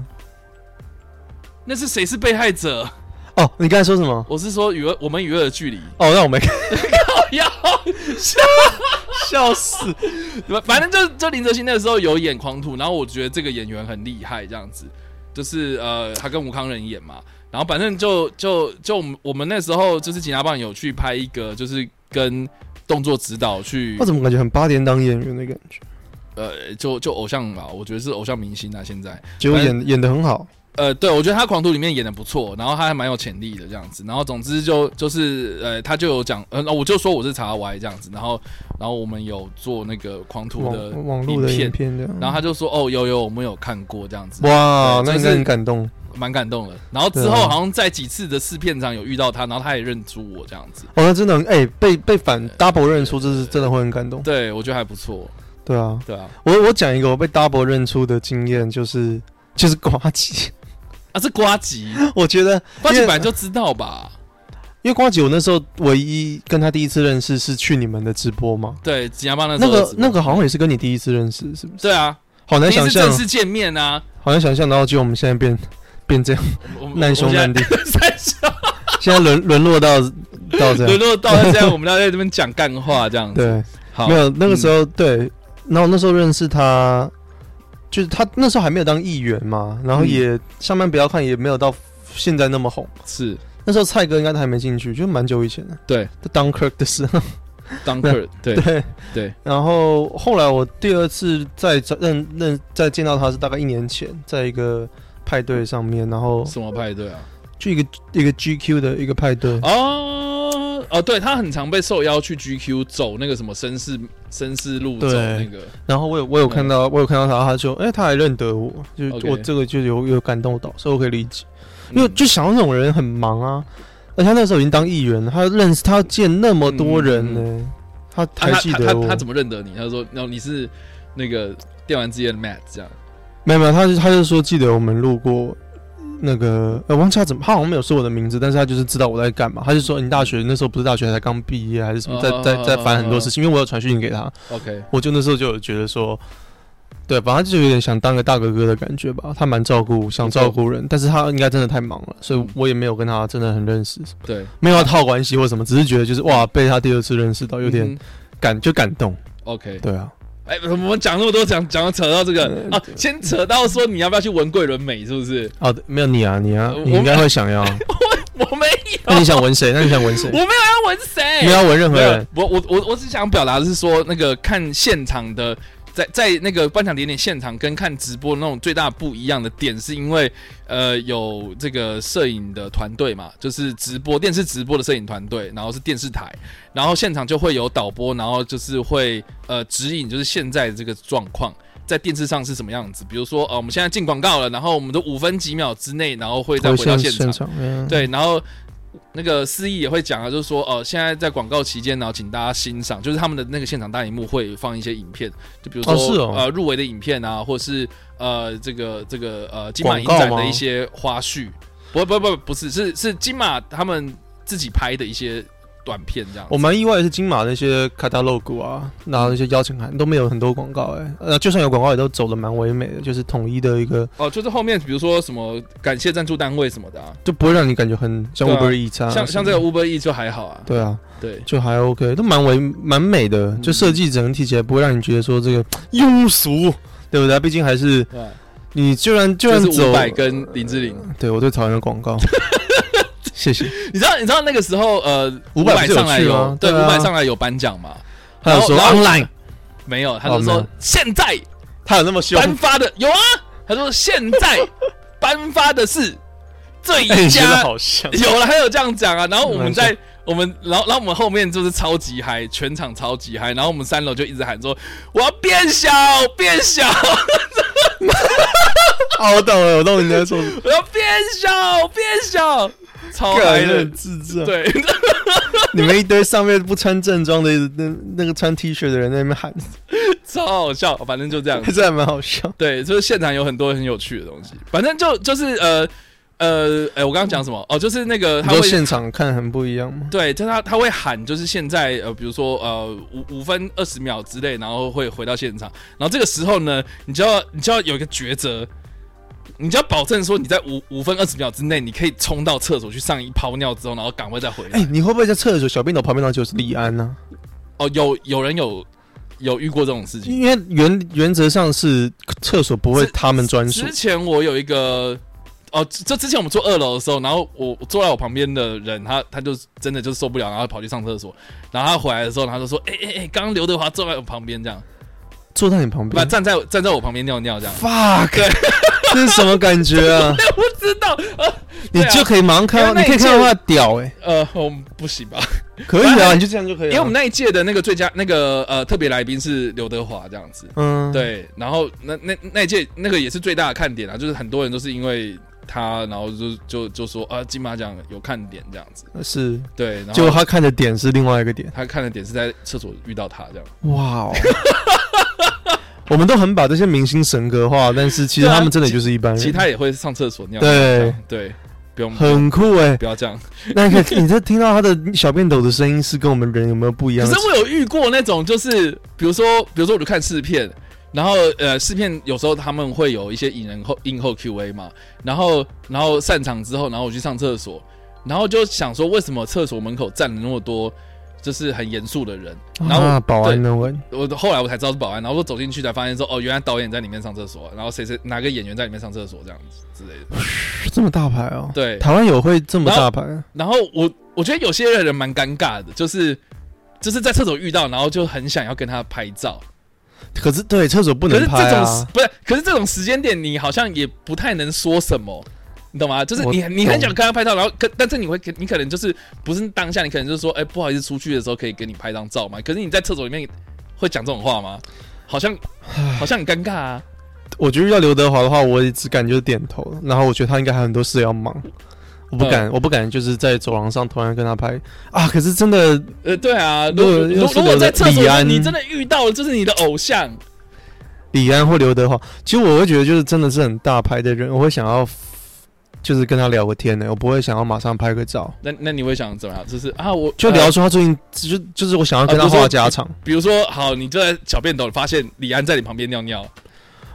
那是谁是被害者？
哦，你刚才说什么？
我是说与恶我们与恶的距离，
哦，那我没看，
要
笑死。
反正就就林哲欣那个时候有演《狂徒》，然后我觉得这个演员很厉害，这样子，就是呃，他跟吴康仁演嘛，然后反正就就就我们我们那时候就是警察棒有去拍一个，就是跟动作指导去
我怎么感觉很八点档演员的感觉？
呃，就就偶像吧，我觉得是偶像明星啊，现在。
结果
反
演演的很好，
呃，对，我觉得他《狂徒》里面演的不错，然后他还蛮有潜力的这样子，然后总之就就是呃，他就有讲，呃，我就说我是查 Y 这样子，然后然后我们有做那个《狂徒》的
网网络的影
影片，
片这样。
然后他就说哦，有有，我们有看过这样子，
哇，那
对就
应该
是
很感动
蛮感动的。然后之
对
后
啊
好像在几次的试片场有遇到他，然后他也认出我这样子，
哦，那真的很哎，被被反 double 认出，这是真的会很感动。
对我觉得还不错，
对啊，
对啊，
我我讲一个我被 double 认出的经验，就是 就是瓜吉，
啊，这瓜吉，
我觉得
瓜吉
因为
本来就知道吧，
因为瓜吉我那时候唯一跟他第一次认识是去你们的直播嘛，
对，吉牙帮那时
那
候有
个
直播
那个好像也是跟你第一次认识，是不是？
对啊，
好难
第一
想
次
象
正，式见面啊，
好难想象，然后结果我们现在变变这样，
我们
难兄难，弟，
我们现在 三小
现在沦沦落到到这
沦
样。
落到现在，我们要在这边讲干话这样子。
对，
好，
没有，那个时候、
嗯
对，然后那时候认识他，就是他那时候还没有当议员嘛，然后
嗯
也、上班不要看，也没有到现在那么红。
是
那时候蔡哥应该都还没进去，就蛮久以前的。
对，
当 Kirk 的时候，
Dunker，对
对
对。
然后后来我第二次再找认认再见到他是大概一年前，在一个派对上面，然后
什么派对啊？
就一个一个 GQ 的一个派对，
哦哦，对他很常被受邀去 GQ 走那个什么绅士绅士路走
对
那个，
然后我有我有看到、我有看到他，他就哎、他还认得我，就
OK
我这个就有有感动到，所以我可以理解。
嗯
因为就想到那种人很忙啊，而且他那时候已经当议员了，他认识他要见那么多人呢、他
嗯啊他
还记
他
得
他
我。
他怎么认得你？他说，然后你是那个电玩之夜的 Matt 这样。
没有没有，他就他就说记得我们路过那个，呃，我忘记他怎么，他好像没有说我的名字，但是他就是知道我在干嘛。他就说你大学那时候不是大学才刚毕业还是什么，在
哦
在在烦很多事情，因为我有传讯给他，
OK，
我就那时候就有觉得说，对，反正就有点想当个大哥哥的感觉吧。他蛮照顾，想照顾人，但是他应该真的太忙了，
嗯
所以我也没有跟他真的很认识，
对，
没有要套关系或什么，只是觉得就是哇，被他第二次认识到有点
嗯哼
感，就感动。
OK。
对啊，
哎，我们讲那么多，讲讲到扯到这个
呃
啊，先扯到说你要不要去文桂纶镁，是不是？
哦，对没有你啊，你啊
呃，
你
我
应该会想要。
我没
那你想吻谁？那你想吻谁
我没？有要吻谁，
没有要吻任何
没有
人。，
我我我我只想表达的是说，那个看现场的，在在那个颁奖典礼现场跟看直播那种最大不一样的点，是因为呃有这个摄影的团队嘛，就是直播电视直播的摄影团队，然后是电视台，然后现场就会有导播，然后就是会呃指引，就是现在的这个状况。在电视上是什么样子？比如说，呃，我们现在进广告了，然后我们的五分几秒之内，然后会再回到
现
现
现。
场
场，对啊
对，然后那个司仪也会讲啊，就是说，呃，现在在广告期间呢，请大家欣赏，就是他们的那个现场大荧幕会放一些影片，就比如说、
哦是哦
呃入围的影片啊，或是呃这个这个呃金马
广
影
告
展
吗
的一些花絮，不不不不是是是金马他们自己拍的一些短片这样子
我蛮意外的是金马那些 catalog 啊，然后那些邀请函都没有很多广告哎、呃，就算有广告也都走的蛮唯美的，就是统一的一个，
哦、就是后面比如说什么感谢赞助单位什么的、啊，
就不会让你感觉很像
对啊
Uber Eats 啊，
像像这个 Uber E 就还好啊，
对啊，
对
就还 OK，都蛮唯蛮美的，就设计整体起来不会让你觉得说这个庸俗，对不对？毕竟还是
对啊，
你居然居
就
然
是
走
伍，佰跟林志玲。
对我最讨厌的广 告，谢谢。
你知道，你知道那个时候，呃，伍
伍佰不
佰
是有
上来
去吗
有对伍
对啊
佰上来有颁奖嘛？
他有说
然后
online，
没有，他
哦
就
没
说
有
现在
他有那么凶
颁发的有啊，他说现在颁发的是最
哎，你觉得
佳，
好 像
有了，他有这样讲啊。然后我们
蛮
在我们，然后然后我们后面就是超级嗨，全场超级嗨。然后我们三楼就一直喊说我要变小，变小，
哦，我懂了，我懂你 在说什么，
我要变小，变小，超嗨
感
的
人，智障。
对。
啊 你们一堆上面不穿正装的那那个穿 T 恤的人在那 边喊，
超好笑，反正就这样。
这还蛮好笑。
对，就是现场有很多很有趣的东西。反正就就是呃呃，哎、我刚刚讲什么？哦，就是那个
你
他
说
会
现场看很不一样吗？
对，就他他会喊，就是现在呃，比如说呃五五分二十秒之内，然后会回到现场。然后这个时候呢，你就要你就要有一个抉择。你就要保证说你在五五分二十秒之内，你可以冲到厕所去上一泡尿之后，然后赶快再回来。
哎、你会不会在厕所小便斗旁边那就是李安啊呢、
哦，有有人有有遇过这种事情，
因为原原则上是厕所不会他们专属
之，前我有一个，哦，这之前我们坐二楼的时候，然后我我坐在我旁边的人，他他就真的就受不了，然后跑去上厕所，然后他回来的时候，他就说，哎哎哎，刚刚刘德华坐在我旁边这样，
坐在你旁
不
边。
站在站在我旁边尿尿这样，
fuck，这是 什么感觉啊？
不知道，
你
对啊
就可以马上看
因
到，
为那一
你可以看到他的屌哎、
呃，我们不行吧？
可以
反
啊，
正
你就这样就可以了。
因为我们那一届的那个最佳那个呃特别来宾是刘德华这样子，
嗯，
对，然后那那那一届那个也是最大的看点啊，就是很多人都是因为他，然后就就就说啊金马奖有看点这样子，
是，
对，然后
就他看的点是另外一个点。
他看的点是在厕所遇到他这样。
哇哦。 我们都很把这些明星神格化，但是其实
对啊
他们真的就是一般人。
其实他也会上厕所尿。
对
对，不用不用
很酷哎、
不要这样。
那个 你在听到他的小便斗的声音是跟我们人有没有不一
可
样的？
是我有遇过那种，就是比如说，比如说我就看试片，然后呃，试片有时候他们会有一些引人后映后 Q&A 嘛，然后然后散场之后，然后我去上厕所，然后就想说为什么厕所门口站了那么多。就是很严肃的人，然后我、
啊，保
对
安的问，
我后来我才知道是保安，然后我走进去才发现说，哦，原来导演在里面上厕所，然后谁谁哪个演员在里面上厕所这样子之类的。
这么大牌哦。
对
台湾有会这么大牌？啊
然后我我觉得有些人蛮尴尬的，就是就是在厕所遇到，然后就很想要跟他拍照，
可是对厕所不
可
能
是
拍
这种时
啊。
不是，可是这种时间点你好像也不太能说什么。你懂吗？就是你
我
你很想
懂
跟他拍照，然后可但是你会你可能就是不是当下，你可能就是说，哎、不好意思，出去的时候可以给你拍张照嘛。可是你在厕所里面会讲这种话吗？好像好像很尴尬啊。
我觉得遇到刘德华的话，我也只敢就是点头，然后我觉得他应该还有很多事要忙，我不
嗯
敢，我不敢就是在走廊上突然跟他拍啊。可是真的，
呃，对啊，如
如
果
果
如
又
果
是
如果
刘德
在厕所里
李
面
安
你真的遇到了，就是你的偶像，
李安或刘德华，其实我会觉得就是真的是很大牌的人，我会想要就是跟他聊个天的，我不会想要马上拍个照，
那那你会想怎么样？就是啊，我
就
呃
聊说他最近就就是我想要跟
啊
他
比如说
话家常。
比如说，好，你就在小便斗发现李安在你旁边尿尿，哦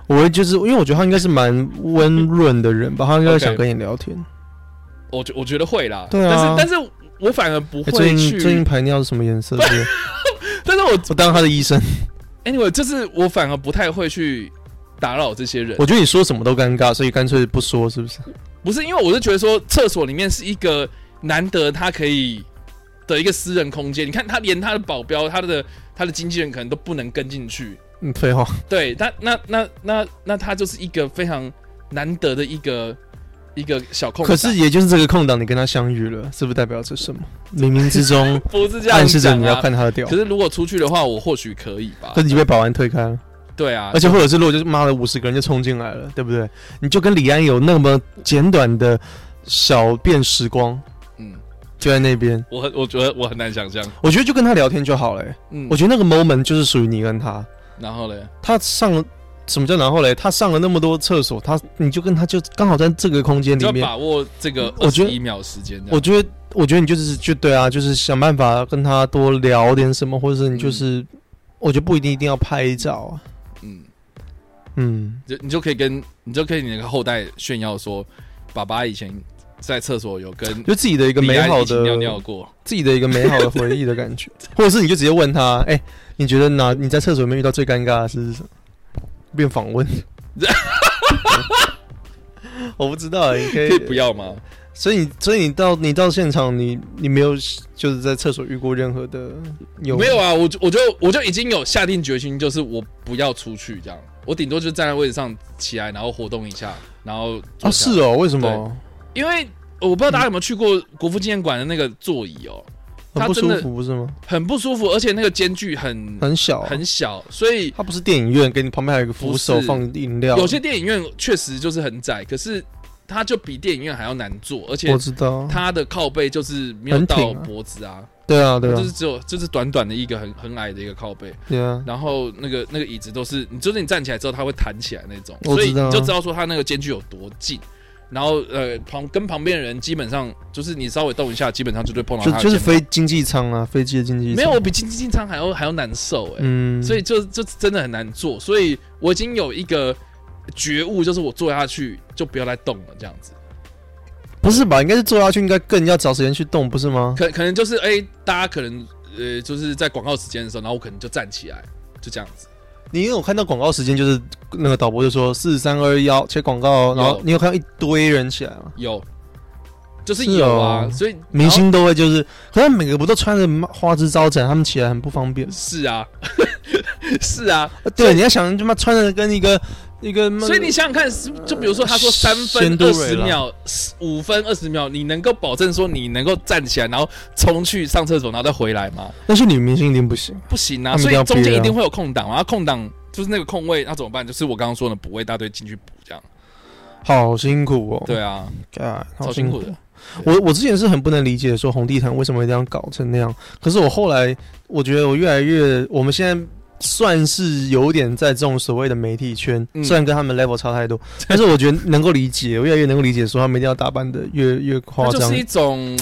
我会就是因为我觉得他应该是蛮温润的人吧，他应该
OK
想跟你聊天。
我觉我觉得会啦。
对啊
但是但是我反而不
欸最
会
近最近
去。
排尿是什么颜 色？是不是
但是我
我当他的医生，
anyway，就是我反而不太会去打扰这些人。
我觉得你说什么都尴尬，所以干脆不说，是不是？
不是因为我是觉得说，厕所里面是一个难得他可以的一个私人空间。你看，他连他的保镖、他的他的经纪人可能都不能跟进去。
嗯，废话，
对，他那那那那他就是一个非常难得的一个一个小空档。
可是也就是这个空档，你跟他相遇了，是不是代表着什 么？冥冥之中
不是这样、啊、
暗示着你要看他的屌
可。是如果出去的话，我或许可以吧
可。是你被保安推开了，
对啊，
而且或者是如果就是妈的五十个人就冲进来了，对不对？你就跟李安有那么简短的小便时光，
嗯，
就在那边。
我很我觉得我很难想象。
我觉得就跟他聊天就好了、欸
嗯
我，觉得那个 moment 就是属于你跟他。
然后嘞，
他上了什么叫然后嘞？他上了那么多厕所，他你就跟他就刚好在这个空间
就
里面。
要把握这个
我
二
觉
十
得
一秒时间这样。
我觉得，我觉得你就是就对啊，就是想办法跟他多聊点什么，或者是你就是，我觉得不一定一定要拍照啊。
嗯，
嗯，
就你就可以跟你就可以你的后代炫耀说，爸爸以前在厕所有跟
就自己的一个
李
美
安一
好
起
的
尿尿过。
自己的一个美好的回忆的感觉， 或者是你就直接问他，哎、你觉得哪你在厕所里面遇到最尴尬的事是什么？变访问， 我不知道、啊你可以
可以不要吗？
所以你，所以你到你到现场你，你没有就是在厕所遇过任何的哦有
没有？啊，我就我就我就已经有下定决心，就是我不要出去这样，我顶多就站在位置上起来，然后活动一下，然后
啊，
坐下
是哦，为什么？
因为我不知道大家有没有去过国父纪念馆的那个座椅哦，
很
它
不
真
舒
的
服不是吗？
很不舒服，而且那个间距很
很小、啊
嗯很小，所以
它不是电影院，给你旁边还有一个扶手
不是
放饮料。
有些电影院确实就是很窄，可是它就比电影院还要难坐，而且
我知道，
它的靠背就是没有
很
到
挺啊
脖子啊，
对啊，对
就
啊
是，只有就是短短的一个很很矮的一个靠背，
对啊，
然后那个那个椅子都是你就是你站起来之后它会弹起来那种，
我
所以
知道啊
你就知道说它那个间距有多近。然后呃旁跟旁边的人基本上就是你稍微动一下，基本上就会碰到
就
他的
就是
肩膀
飞经济舱啊，飞机的经济舱。
啊没有，我比经济经常还要还要难受哎、
嗯，
所以就就真的很难做，所以我已经有一个觉悟，就是我坐下去就不要再动了，这样子。
不是吧？应该是坐下去，应该更要找时间去动，不是吗？
可可能就是哎、大家可能呃就是在广告时间的时候，然后我可能就站起来，就这样子。
你有看到广告时间，就是那个导播就说四三二幺切广告，然后
有
你有看到一堆人起来吗？
有，就是
是
有啊，
哦
所以
明星都会就是，可是每个不都穿着花枝招展，他们起来很不方便
然后。是啊， 是啊，
呃对，你要想他妈穿的跟一个一个，
所以你想想看，是就比如说他说三
仙
分
都
二
瑞
十
拉
秒、五分二十秒，你能够保证说你能够站起来，然后冲去上厕所，然后再回来吗？
但是女明星一定不行，
不行啊，
他们
所
一定要
以中间
憋啊
一定会有空档嘛，然后空档就是那个空位，那怎么办？就是我刚刚说的补位大队进去补这样。
好辛苦哦。
对啊，
God，好
超辛
苦
苦的。
我我之前是很不能理解说红地毯为什么这样搞成那样，可是我后来我觉得我越来越，我们现在算是有点在这种所谓的媒体圈，
嗯
虽然跟他们 level 差太 多，但是我觉得能够理解，我越来越能够理解说他们一定要打扮的越越夸
它就
张
是，一种，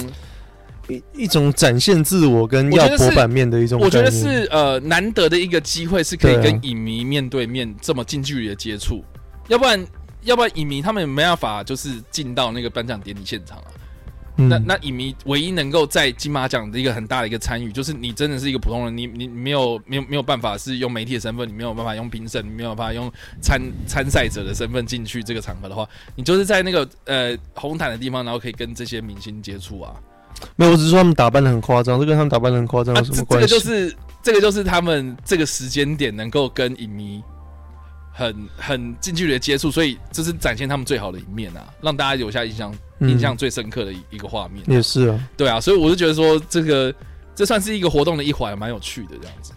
一一种展现自我跟
我觉
要
得
博
是
版面的一种概
我
念。
觉得是呃难得的一个机会，是可以
对啊
跟影迷面对面这么近距离的接触，要不然要不然影迷他们没办法就是进到那个颁奖典礼现场啊。
嗯，
那那影迷唯一能够在金马奖的一个很大的一个参与，就是你真的是一个普通人，你你你没有没有没有办法是用媒体的身份，你没有办法用评审，你没有办法用参参赛者的身份进去这个场合的话，你就是在那个呃红毯的地方，然后可以跟这些明星接触啊。
没有，我只是说他们打扮的很夸张，这跟他们打扮的很夸张
啊，
有什
这
么
这
关
个
系？
就是这个就是他们这个时间点能够跟影迷很很近距离的接触，所以这是展现他们最好的一面啊，让大家留下印象
嗯
印象最深刻的一一个画面。
也是啊，
对啊，所以我就觉得说这个这算是一个活动的一环，蛮有趣的这样子。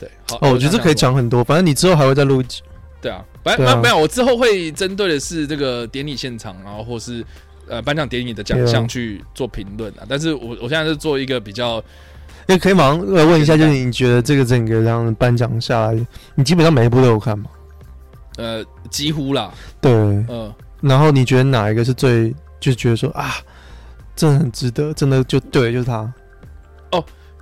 对，好，
哦，我觉得这可以
讲。
讲很多，反正你之后还会再录一集。
对啊，反
对
正
啊
没有，我之后会针对的是这个典礼现场，然后或是呃颁奖典礼的奖
对啊
项去做评论啊。但是我我现在是做一个比较
也可以马上呃来问一下，就是你觉得这个整个这样颁奖下来，你基本上每一部都有看吗？
呃几乎啦，
对，
呃，
然后你觉得哪一个是最就觉得说啊，真的很值得，真的就对，就是他。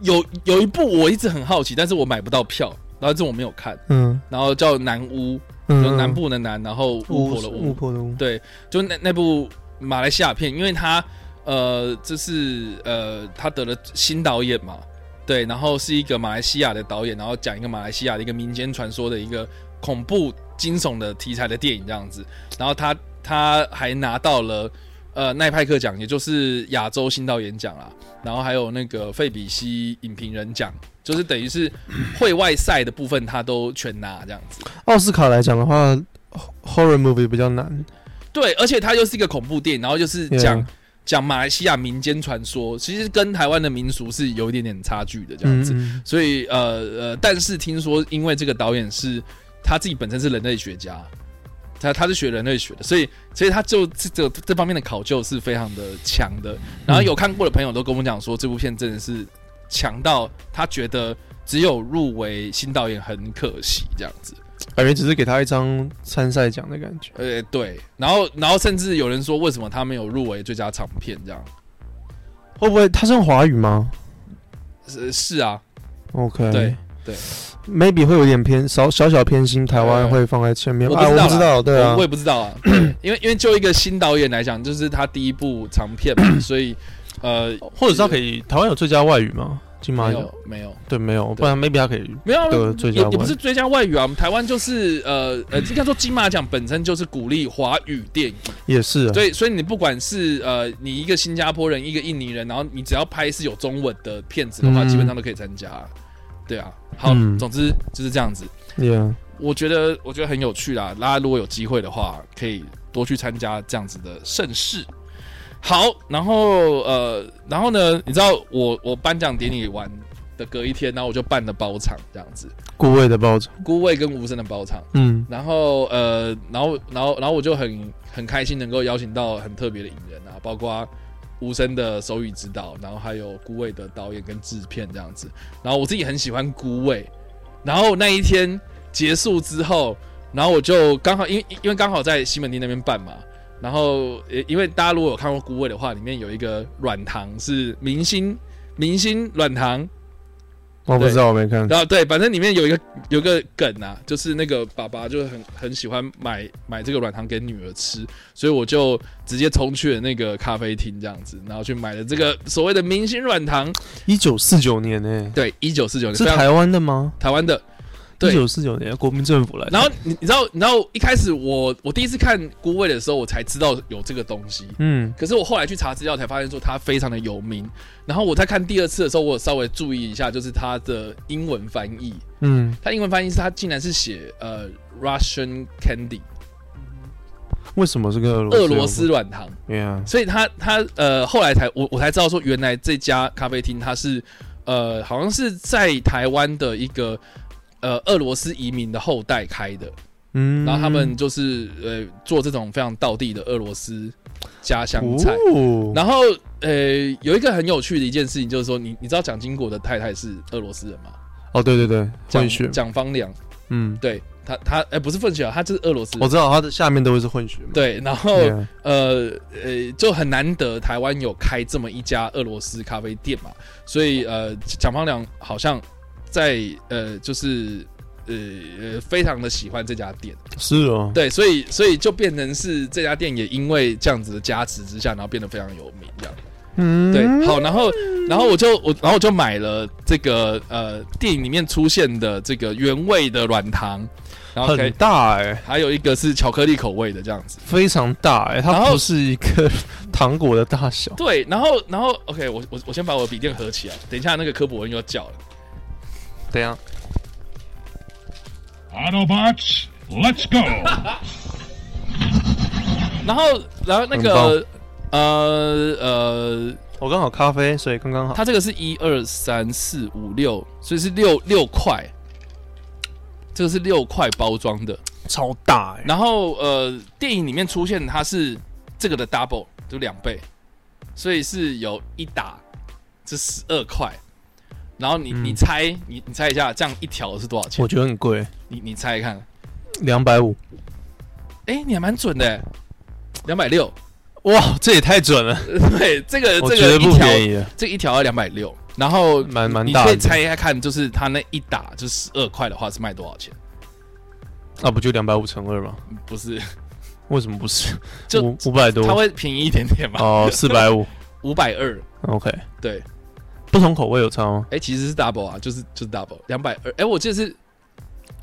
有有一部我一直很好奇，但是我买不到票，然后这我没有看，
嗯
然后叫南巫，就
嗯，
南部的南，然后巫婆的
巫
巫，
婆的巫，
对，就那那部马来西亚片，因为他呃，这是呃，他得了新导演嘛，对，然后是一个马来西亚的导演，然后讲一个马来西亚的一个民间传说的一个恐怖惊悚的题材的电影这样子，然后他他还拿到了。呃，奈派克奖，也就是亚洲新导演奖啦，然后还有那个费比西影评人奖，就是等于是会外赛的部分，他都全拿这样子。
奥斯卡来讲的话，horror movie 比较难。
对，而且它又是一个恐怖电影，然后又是
Yeah
讲讲马来西亚民间传说，其实跟台湾的民俗是有一点点差距的这样子。
嗯，
所以呃呃，但是听说因为这个导演是他自己本身是人类学家，他他是学人类学的，所以所以他就这这这方面的考究是非常的强的。然后有看过的朋友都跟我讲说，这部片真的是强到他觉得只有入围新导演很可惜这样子。
感觉只是给他一张参赛奖的感觉。
呃，对，然后然后甚至有人说，为什么他没有入围最佳长片这样？
会不会他是用华语吗
是是啊，
？OK，
对对
，maybe 会有点偏少小小偏心，台湾
对
会放在前面。
我不
啊
知道
我不知
啦
道，对啊
我我，也不 知道啊，对因为因为就一个新导演来讲，就是他第一部长片嘛， 所以呃，
或者是他可以台湾有最佳外语吗？金马
没
有
有没有
对没有，不然 maybe 他可以
没有啊
得最
也
佳
也不
外
是
语。
最佳外语啊，我们台湾就是呃呃，应该说金马奖本身就是鼓励华语电影，
也是啊，
所以所以你不管是呃你一个新加坡人，一个印尼人，然后你只要拍是有中文的片子的话，
嗯
基本上都可以参加啊，对啊，好，
嗯
总之就是这样子。
，Yeah，
我觉得我觉得很有趣啦，大家如果有机会的话，可以多去参加这样子的盛事。好，然后呃，然后呢，你知道我我颁奖典礼完的隔一天，然后我就办了包场这样子，
顾魏的报纸，
孤味跟无声的包场。
嗯
然后呃，然后然后然后我就很很开心能够邀请到很特别的影人啊，包括无声的手语指导，然后还有孤味的导演跟制片这样子。然后我自己很喜欢孤味，然后那一天结束之后，然后我就刚好因为因为刚好在西门町那边办嘛。然后，呃因为大家如果有看过《孤味》的话，里面有一个软糖是明星明星软糖，
我不知道，我没看。
然后对，反正里面有一个有个梗啊，就是那个爸爸就很很喜欢买买这个软糖给女儿吃，所以我就直接冲去了那个咖啡厅这样子，然后去买了这个所谓的明星软糖。
一九四九年呢，
对，一九四九年
是
非常
台湾的吗？
台湾的。
一
对
九四九年国民政府来的，
然后你你知道你知道一开始我我第一次看《孤味》的时候，我才知道有这个东西。
嗯
可是我后来去查资料才发现，说它非常的有名。然后我在看第二次的时候，我有稍微注意一下，就是它的英文翻译。
嗯，
他英文翻译是他竟然是写呃 Russian candy
为什么是跟俄罗斯
俄
有关？
罗斯软糖，
，Yeah，
所以他他呃后来才我我才知道说原来这家咖啡厅它是呃好像是在台湾的一个呃俄罗斯移民的后代开的，
嗯，
然后他们就是呃做这种非常道地的俄罗斯家乡菜。
哦，
然后，呃，有一个很有趣的一件事情，就是说，你你知道蒋经国的太太是俄罗斯人吗？
哦，对对对，
蒋
混血，
蒋方良，
嗯，
对他，他，哎，不是混血啊，他就是俄罗斯人
我。知道他的下面都会是混血嘛，
对，然后
Yeah，
呃呃，就很难得台湾有开这么一家俄罗斯咖啡店嘛，所以呃，蒋方良好像在呃，就是呃呃，非常的喜欢这家店，
是哦，
对，所以所以就变成是这家店也因为这样子的加持之下，然后变得非常有名这样。
嗯，
对，好，然后然后我就我然后我就买了这个呃电影里面出现的这个原味的软糖，然后可
很
以
大哎、
还有一个是巧克力口味的这样子。
非常大哎、
然
它
后
不是一个 糖果的大小。
对，然后然后 OK，我我我先把我的笔电合起来，等一下那个科普文又要叫了。
怎
啊
样？
Autobots, let's go!
然后然后那
很
个呃呃，
我刚好咖啡，所以刚刚好。
它这个是一二三四五六，所以是六六块，这个是六块包装的。
超大哎、
然后呃，电影里面出现它是这个的 double，就两倍，所以是有一打这十二块。然后你、你
嗯
猜你你猜一下，这样一条是多少钱
我？觉得很贵，
你你猜一看。
两百五。
哎、你还蛮准的、欸，两百六。
哇，这也太准了，
对，这个
我
这
觉得
个
不
一条，
便宜了。
这一条要两百六，然后
蛮
你
蛮
你
大
可以
的
猜一下看，就是它那一打就是十二块的话是卖多少钱？
那啊不就两百五乘二吗？
不是，
为什么不是？
就
五五百多
它。会便宜一点点嘛？
哦，四百五。
五百二，
OK，
对，
不同口味有差吗？
哎、其实是 double 啊，就是就是 double 两百二，哎，我记得是。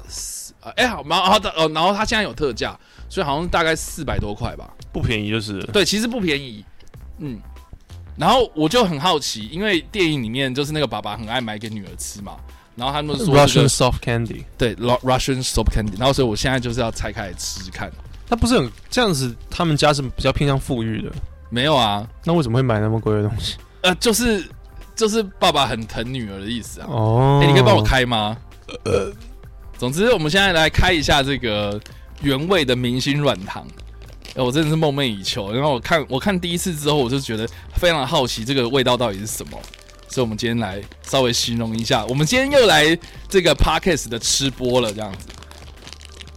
四啊哎、好，然后哦，然后它现在有特价，所以好像大概四百多块吧。
不便宜就是了。
对，其实不便宜，嗯。然后我就很好奇，因为电影里面就是那个爸爸很爱买给女儿吃嘛，然后他们说、这
Russian
个、
soft candy，
对 Ru- Russian soap candy，然后所以我现在就是要拆开来吃吃看。
它不是很这样子，他们家是比较偏向富裕的，
没有啊，
那为什么会买那么贵的东西？
呃，就是就是爸爸很疼女儿的意思啊。
哦
哎、，你可以帮我开吗？呃，总之我们现在来开一下这个原味的明星软糖。哎，我真的是梦寐以求。然后我看我看第一次之后，我就觉得非常好奇这个味道到底是什么。所以，我们今天来稍微形容一下。我们今天又来这个 podcast 的吃播了，这样子。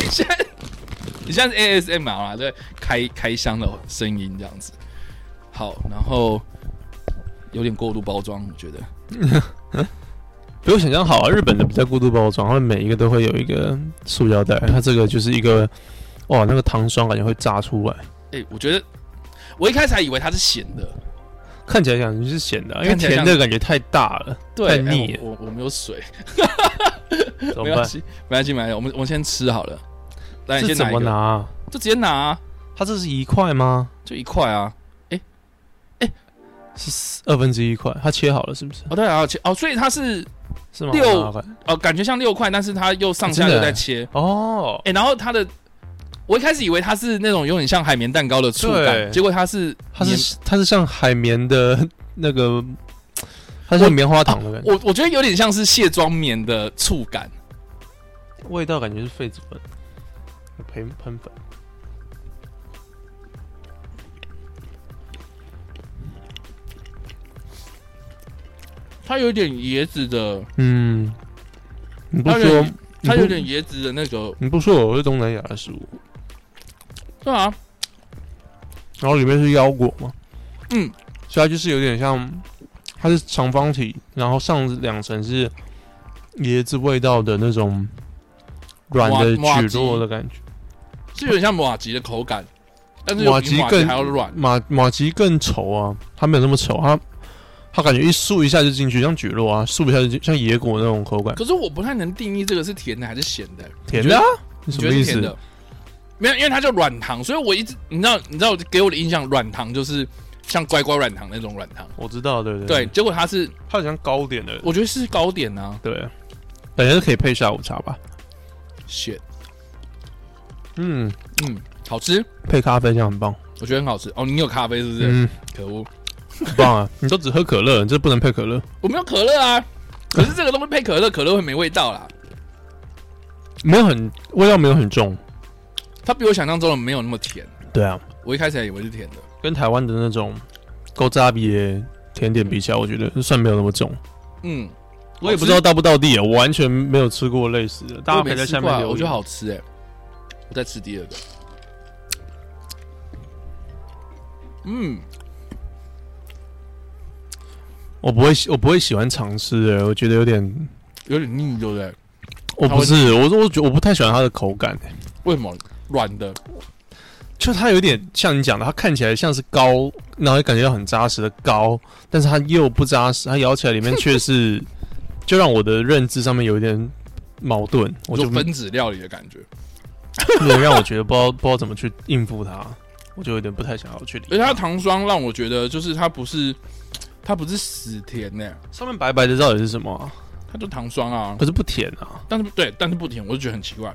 你现在你现在是 ASMR 啊，对，开开箱的声音这样子。好，然后有点过度包装，我觉得。
比我想象好啊！日本的比较过度包装，他们每一个都会有一个塑胶袋，它这个就是一个，哇，那个糖霜感觉会炸出来，
哎、我觉得我一开始还以为它是咸的，
看起来感觉是咸的啊，因为
看起来
甜
像
的感觉太大了，
对，
太
哎
腻
我我我没有水，
了，怎么
没关
办？
系，没关系，没关系，我们我们先吃好了。来，你
这
先
怎
拿一
么拿
个，
啊？
就直接拿、啊，
它这是一块吗？
就一块啊。
是四二分之一块，它切好了是不是？
哦，对啊，切哦，所以它是
是吗？
六
麻烦
哦，感觉像六块，但是它又上下
真的
又在
欸
切。
哦，
哎、然后它的，我一开始以为它是那种有点像海绵蛋糕的触感，
对
结果它是
它
黏
是它是像海绵的 那个，它像棉花糖的感觉，
哦我我觉得有点像是卸妆棉的触感。
味道感觉是痱子粉，喷喷粉。
它有点椰子的，
嗯，你不
它有
说
点，它
你
有
不
点椰子的那个，
你不说我是东南亚的食物，
对啊，
然后里面是腰果嘛，
嗯，
所以它就是有点像，它是长方体，然后上两层是椰子味道的那种软的
麻麻
曲
吉
落的感觉，
是有点像马吉的口感，但是又
马
比
吉
马吉
更
还要软。
马马吉更稠啊，它没有那么稠，它它感觉一竖一下就进去，像曲落啊，竖一下就进像野果那种口感，
可是我不太能定义这个是甜的还是咸的、
甜的、啊，你
你
什
觉
么
得
意
是甜
思
的？？没有，因为它叫软糖，所以我一直你知道，你知道给我的印象，软糖就是像乖乖软糖那种软糖。
我知道，对不
对，，结果它是，
它好像糕点的，
我觉得是糕点啊
对，感觉是可以配下午茶吧，
，shit，
嗯，
嗯，好吃，
配咖啡这样很棒，
我觉得很好吃。哦，你有咖啡是不是？
嗯。
可恶，
很棒啊！你都只喝可乐，你这不能配可乐。
我没有可乐啊。可是这个东西配可乐，可乐会没味道啦。
没有很味道，没有很重。
它比我想象中的没有那么甜。
对啊，
我一开始还以为是甜的，
跟台湾的那种勾扎比的甜点比起来，我觉得算没有那么重。
嗯，
我也不知道到不到地，我完全没有吃过类似的。大家
我
可
没
以在
吃
下
过
面
啊
留言。
我觉得好吃哎、我再吃第二个。嗯，
我不会喜，我不会喜欢尝试的，我觉得有点，
有点腻，对不对？
我不是，我我觉得我不太喜欢它的口感、欸
为什么软的？
就它有点像你讲的，它看起来像是糕，然后感觉到很扎实的糕，但是它又不扎实，它咬起来里面却是， 就让我的认知上面有一点矛盾，我
我
就
就分子料理的感觉，
对，让我觉得不知道不知道怎么去应付它，我就有点不太想要去理
而且
它。
它糖霜让我觉得就是它不是它不是死甜呢、
上面白白的到底是什么啊、
它就糖霜啊，
可是不甜啊。
但是对，但是不甜，我就觉得很奇怪。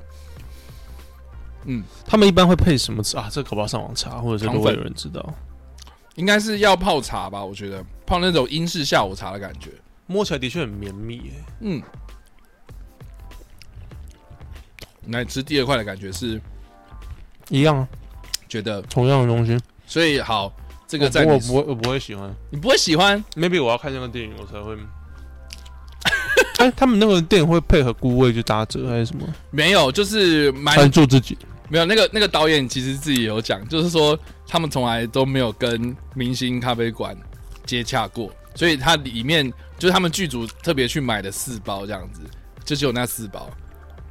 他们一般会配什么吃啊？这可不好上网查，或者是
糖
如果
粉
有人知道，
应该是要泡茶吧，我觉得泡那种英式下午茶的感觉。
摸起来的确很绵密、耶。
嗯，来吃第二块的感觉是
一样啊，
觉得，
同样的东西。
所以好，这
这
个在
我
你
哦不会，我不会喜欢。
你不会喜欢
maybe 我要看那个电影，我才会。 哎、他们那个电影会配合菇味去打折还是什么？
没有，就是蛮
专注自己，
没有那个那个导演其实自己有讲，就是说他们从来都没有跟明星咖啡馆接洽过，所以它里面就是他们剧组特别去买的四包这样子，就只有那四包。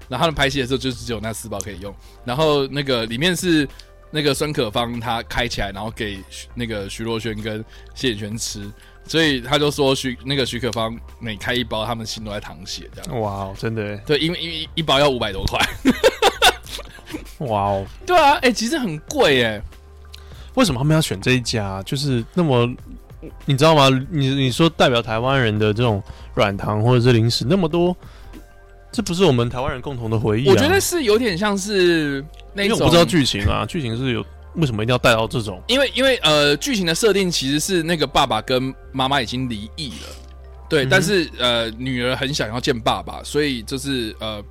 然后他们拍戏的时候就只有那四包可以用，然后那个里面是那个孙可芳她开起来，然后给徐那个徐若瑄跟谢颖轩吃，所以他就说徐那个徐可芳每开一包，他们心都在淌血这样。
哇哦，真的耶，
对，因为因为一包要五百多块。
哇哦，
对啊，哎、其实很贵哎、
为什么他们要选这一家？啊就是那么，你知道吗？你你说代表台湾人的这种软糖或者是零食那么多，这不是我们台湾人共同的回忆、啊。
我觉得，是有点像是那
因为
种，
我不知道剧情啊，剧情是有为什么一定要带到这种？
因为因为呃，剧情的设定其实是那个爸爸跟妈妈已经离异了，
嗯
对，但是呃，女儿很想要见爸爸，所以就是呃，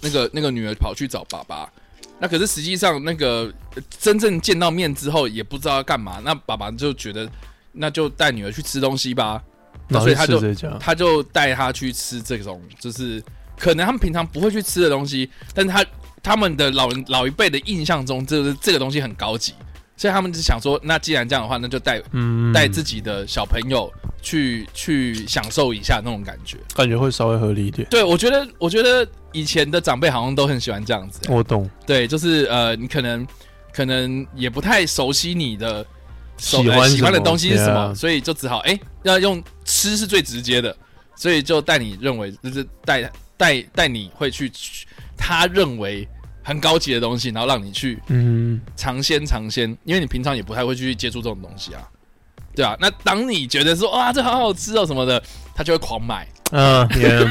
那个那个女儿跑去找爸爸。那可是实际上，那个呃真正见到面之后，也不知道要干嘛。那爸爸就觉得，那就带女儿去吃东西吧。那
然后
啊所以他
就
就
吃这家，
他就带他去吃这种，就是可能他们平常不会去吃的东西，但是他他们的老人老一辈的印象中，就是这个东西很高级，所以他们就想说，那既然这样的话，那就带
嗯，
带自己的小朋友去去享受一下那种感觉。
感觉会稍微合理一点。
对我觉得，我觉得以前的长辈好像都很喜欢这样子、
我懂，
对，就是呃，你可能可能也不太熟悉你的手
喜欢
呃
什么
喜欢的东西是什么，
Yeah
所以就只好哎、要用吃是最直接的，所以就带你认为就是带带带你会去他认为很高级的东西，然后让你去
嗯，
尝鲜尝鲜，因为你平常也不太会去接触这种东西啊。对啊，那当你觉得说哇这好好吃哦什么的，他就会狂买，
啊，也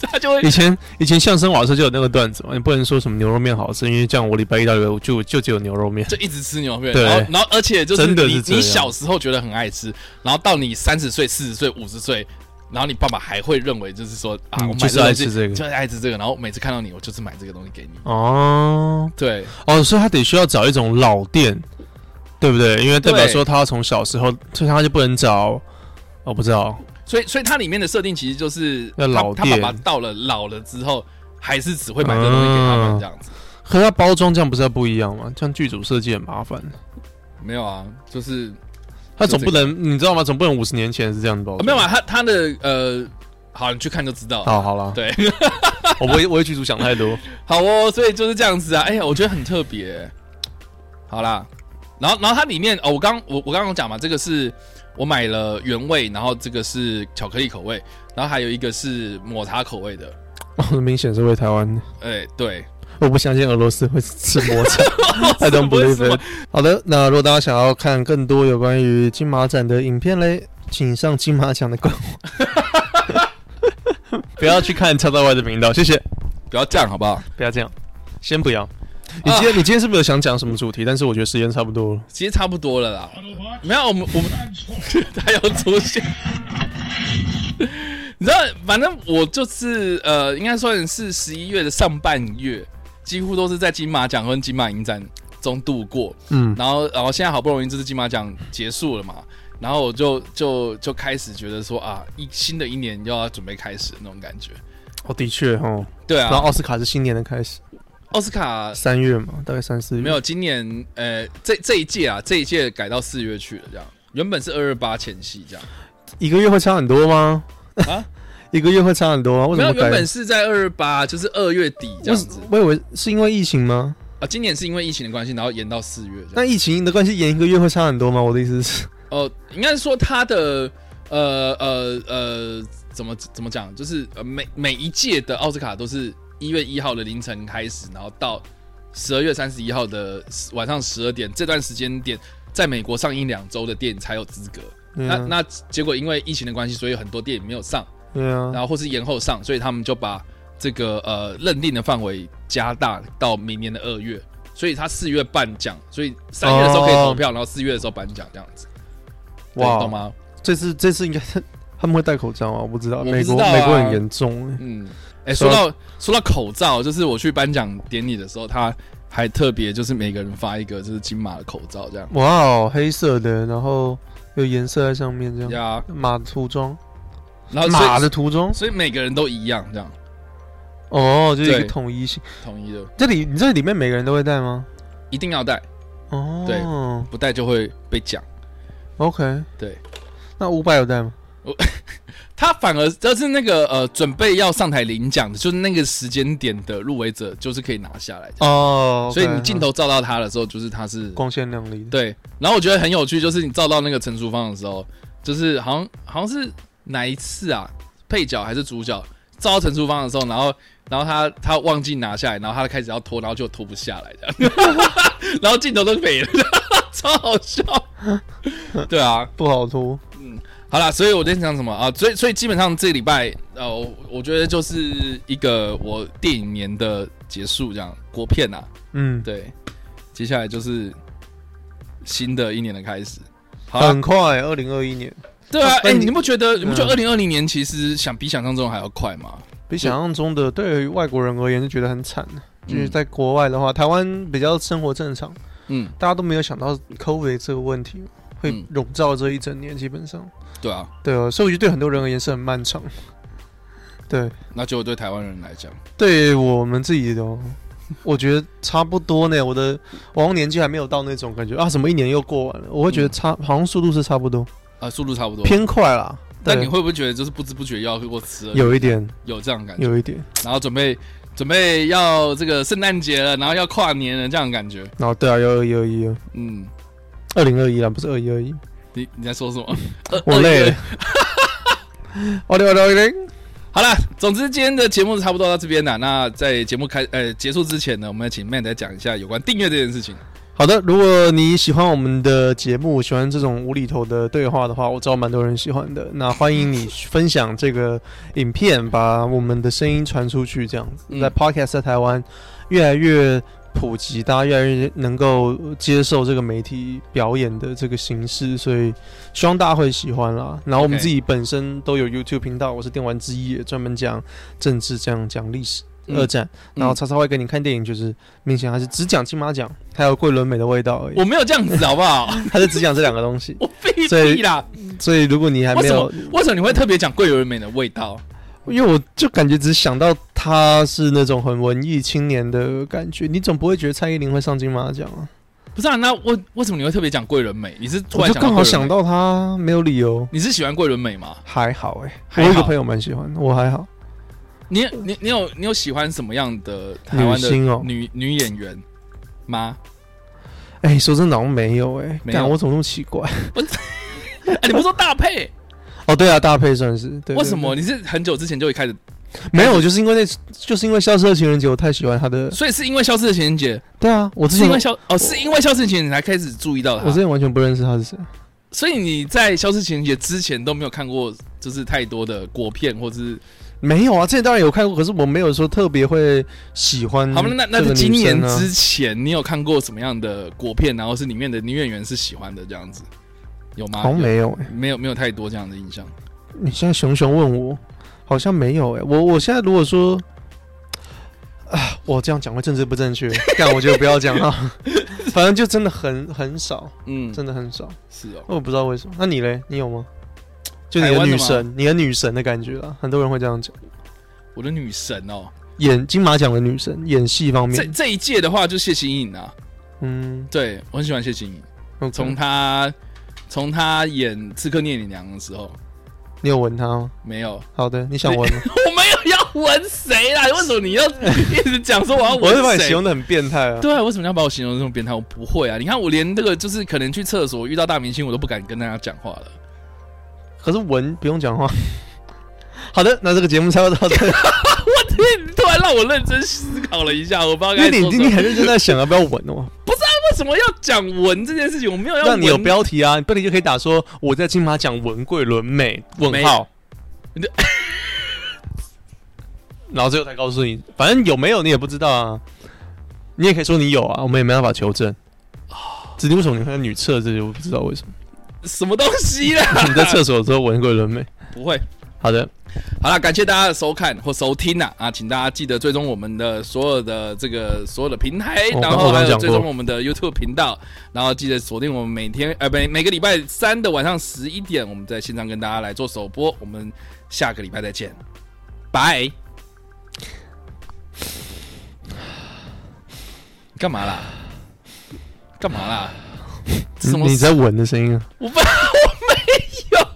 他就会
以前以前相声瓦舍就有那个段子嘛，你不能说什么牛肉面好吃，因为这样我礼拜一到礼拜五就就只有牛肉面。
就一直吃牛肉面，
对
然后然后而且就是
真的是
你
这样
你小时候觉得很爱吃，然后到你三十岁、四十岁、五十岁，然后你爸爸还会认为就是说啊，
嗯
我买
就是
这
爱
东西
吃这个
就是爱吃这个，然后每次看到你，我就是买这个东西给你。
哦
对
哦，所以他得需要找一种老店，对不对？因为代表
对
说他从小时候，所以他就不能找，我不知道，
所以所以它里面的设定其实就是
要
他
老
他爸
店
爸到了老了之后，还是只会买这个东西给他们
嗯
这样子。
可是它包装这样不是要不一样吗？这样剧组设计很麻烦，
没有啊，就是
他总不能你知道吗？总不能五十年前是这样的包
啊
装、
没有啊，他他的呃，好，你去看就知道了。
好好了，
对，
我不会我会剧组想太多，
好哦，所以就是这样子啊。哎呀，我觉得很特别、好啦，然后然后它里面哦，我刚我我刚刚有讲嘛，这个是我买了原味，然后这个是巧克力口味，然后还有一个是抹茶口味的。
哦明显是为台湾的。
哎，对，
我不相信俄罗斯会吃魔 茶，I don't
不会吃
believe
吗
it。好的，那如果大家想要看更多有关于金马展的影片嘞，请上金马奖的官网， 不要去看超到外的频道，谢谢，
不要这样好不好？
不要这样，先不要。你今天、你今天是不是有想讲什么主题？但是我觉得时间差不多了。
其实差不多了啦。没有，我们我们 他要出现。 你知道，反正我就是呃，应该算是十一月的上半月，几乎都是在金马奖跟金马影展中度过。
嗯，
然后，然后现在好不容易就是金马奖结束了嘛，然后我就就就开始觉得说啊，一新的一年又要准备开始那种感觉。
哦，的确哦。
对
然后嗯
啊，
奥斯卡是新年的开始，
奥斯卡
三月嘛，大概三四月。
没有今年呃这这一届啊，这一届改到四月去了，这样原本是二二八前夕这样。
一个月会差很多吗？
啊
一个月会差很多吗？为
没
什
有，
么
原
改
本？是在二八，就是二月底这
为
样
什
子
我以为是因为疫情吗？
啊。今年是因为疫情的关系，然后延到四月这
那
样。
疫情的关系，延一个月会差很多吗？我的意思是，
哦、应该说它的呃呃呃，怎么怎么讲，就是呃每每一届的奥斯卡都是一月一号的凌晨开始，然后到十二月三十一号的晚上十二点这段时间点，在美国上映两周的电影才有资格。
对
那
啊，
那结果因为疫情的关系，所以很多电影没有上。
对啊，
然后或是延后上，所以他们就把这个呃认定的范围加大到明年的二月，所以他四月颁奖，所以三月的时候可以投票，然后四月的时候颁奖这样子，对
哦哇哦
你懂吗？
这次这次应该 是他们会戴口罩啊，我不知道，
我不
美国
知道啊
美国很严重欸、
嗯，哎、
说
说
到
到说到口罩，就是我去颁奖典礼的时候，他还特别就是每个人发一个就是金马的口罩这样，
哇哦，黑色的，然后有颜色在上面，这样
呀、
马的涂装，
然后啊所以
嗯马的涂装，
所以每个人都一样这样，
哦，就是一个
对
统一性。
统一的，
这里你这里面每个人都会戴吗？
一定要戴，
哦，
对不戴就会被讲。
，OK，
对。
那五百有戴吗？
他反而就是那个呃，准备要上台领奖的，就是那个时间点的入围者，就是可以拿下来的。
哦，OK，嗯
所以你镜头照到他的时候，就是他是
光鲜亮丽的。
对。然后我觉得很有趣，就是你照到那个陈淑芳的时候，就是好像好像是哪一次啊，配角还是主角照到陈淑芳的时候，然后然后他他忘记拿下来，然后他开始要脱，然后就脱不下来这样， 然后镜头都没了， 超好笑。对啊，
不好脱。
好啦，所以我在想什么啊？所以所以基本上这个礼拜，呃，我我觉得就是一个我电影年的结束，这样国片啊，
嗯，
对，接下来就是新的一年的开始。好啊啦
很快，二零二一年。
对啊，
那
哎、
你
你不觉得你不觉得二
嗯
零二零年其实想比想象中还要快吗？
比想象中的对于外国人而言就觉得很惨。
嗯
就是在国外的话，台湾比较生活正常，
嗯，
大家都没有想到 COVID 这个问题会
嗯
笼罩这一整年，基本上。
对啊，
对啊，所以我觉得对很多人而言是很漫长。对，
那就对台湾人来讲，
对我们自己的哦，我觉得差不多呢。我的我好像年纪还没有到那种感觉啊，什么一年又过完了，我会觉得
嗯
差，好像速度是差不多，
啊，速度差不多。
偏快啦。
但
对
你会不会觉得就是不知不觉要过吃了？
有一点，
有这样的感觉，
有一点。
然后准备准备要这个圣诞节了，然后要跨年了，这样的感觉。
然后对啊，有二一二一，
嗯，
二零二一啦，不是二一二一。
你你在说什么？呃
我累了。
哦
我的我的我的，
好了，总之今天的节目差不多到这边了。那在节目开呃结束之前呢，我们要请 Matt 来讲一下有关订阅这件事情。
好的，如果你喜欢我们的节目，喜欢这种无厘头的对话的话，我知道蛮多人喜欢的。那欢迎你分享这个影片，把我们的声音传出去，这样子。
嗯
在 Podcast 在台湾越来越普及，大家越来越能够接受这个媒体表演的这个形式，所以希望大家会喜欢啦。然后我们
OK
自己本身都有 YouTube 频道，我是电玩之一，也专门讲政治，这样讲历史。
嗯
二战，然后
嗯
叉叉会给你看电影，就是明显还是只讲金马奖，还有桂纶镁的味道而已。
我没有这样子，好不好？。
他就只讲这两个东西
我必
所以
必啦。
所以如果你还
为
没
什么
有，
为什么你会特别讲桂纶镁的味道？
因为我就感觉只想到他是那种很文艺青年的感觉，你总不会觉得蔡依林会上金马奖啊？
不是啊，那为为什么你会特别讲桂纶镁？你是突
我
然
就
想
刚好
桂纶镁
想，到他，没有理由。
你是喜欢桂纶镁吗？
还好哎、
还
我有
好
一个朋友蛮喜欢的，我还好。
你你你有你有喜欢什么样的台湾的
女星哦
女女演员吗？
哎、说真的，好像没有哎、
没有
干我怎么那么奇怪？
哎、你不是说搭配？
哦，对啊，搭配算是。对
为什么
对
你是很久之前就会开始？
对没有？就是因为那，就是因为《消失的情人节》，我太喜欢他的。
所以是因为《消失的情人节》，
对啊，我之
是
前
因为消哦，是因为《消失的情人节》你才开始注意到
我之
他。
前完全不认识他是谁。
所以你在《消失情人节》之前都没有看过，就是太多的国片，或者是
没有啊，之前当然有看过，可是我没有说特别会喜欢、
好
嗯这
吧
个
那那是
女
今年
生啊
之前，你有看过什么样的国片？然后是里面的女演员是喜欢的这样子，有吗？
好像没有哎、
没有没有太多这样的印象。
你现在熊熊问我，好像没有哎、我我现在如果说，啊，我这样讲会政治不 正确，但我觉得不要讲 了，反正就真的很很少，
嗯，
真的很少，
是哦。
我也不知道为什么。那你嘞，你有吗？就你
台
的
湾的
女
吗
神，你的女神的感觉啊，很多人会这样讲。
我的女神哦，
演金马奖的女神，演戏方
这
面，
这一届的话就谢欣颖啊，
嗯，
对我很喜欢谢欣颖，
OK
从她从她演《刺客聂隐娘》的时候。
你有吻她吗？
没有，
好的，你想吻吗？
我没有要吻谁啦！为什么你要一直讲说我 要
我会把
吻
你形
谁啊
容？的很变态啊。
对啊，为什么你要把我形容这么变态？我不会啊！你看我连这个就是可能去厕所遇到大明星，我都不敢跟大家讲话了。
可是文不用讲话。 好的，那这个节目差不多到 这里，
你突然让我认真思考了一下，我不知道
因
该
为
说
你
什
你
么。啊
很认真 在想要不要吻 哦，
为什么要讲吻这件事情？我没有要
让你有
吻
标题啊，你标题就可以打说我在金马奖文桂纶镁
没
问
有
号， 然后最后才告诉你，反正有没有你也不知道啊，你也可以说你有啊，我们也没办法求证。至于为什么你会在女厕这里，我不知道为什么
什么东西啦？
你在厕所的时候文桂纶镁。
不会。
好的，
好了，感谢大家的收看或收听呐、啊！请大家记得追踪我们的所有的这个所有的平台，
哦我刚
然后还
我刚
有
讲过
追踪我们的 YouTube 频道，然后记得锁定我们每天呃每每个礼拜三的晚上十一点，我们在线上跟大家来做首播。我们下个礼拜再见，拜。你干嘛啦？干嘛啦？这什么
你在吻的声音啊。
我不我没有。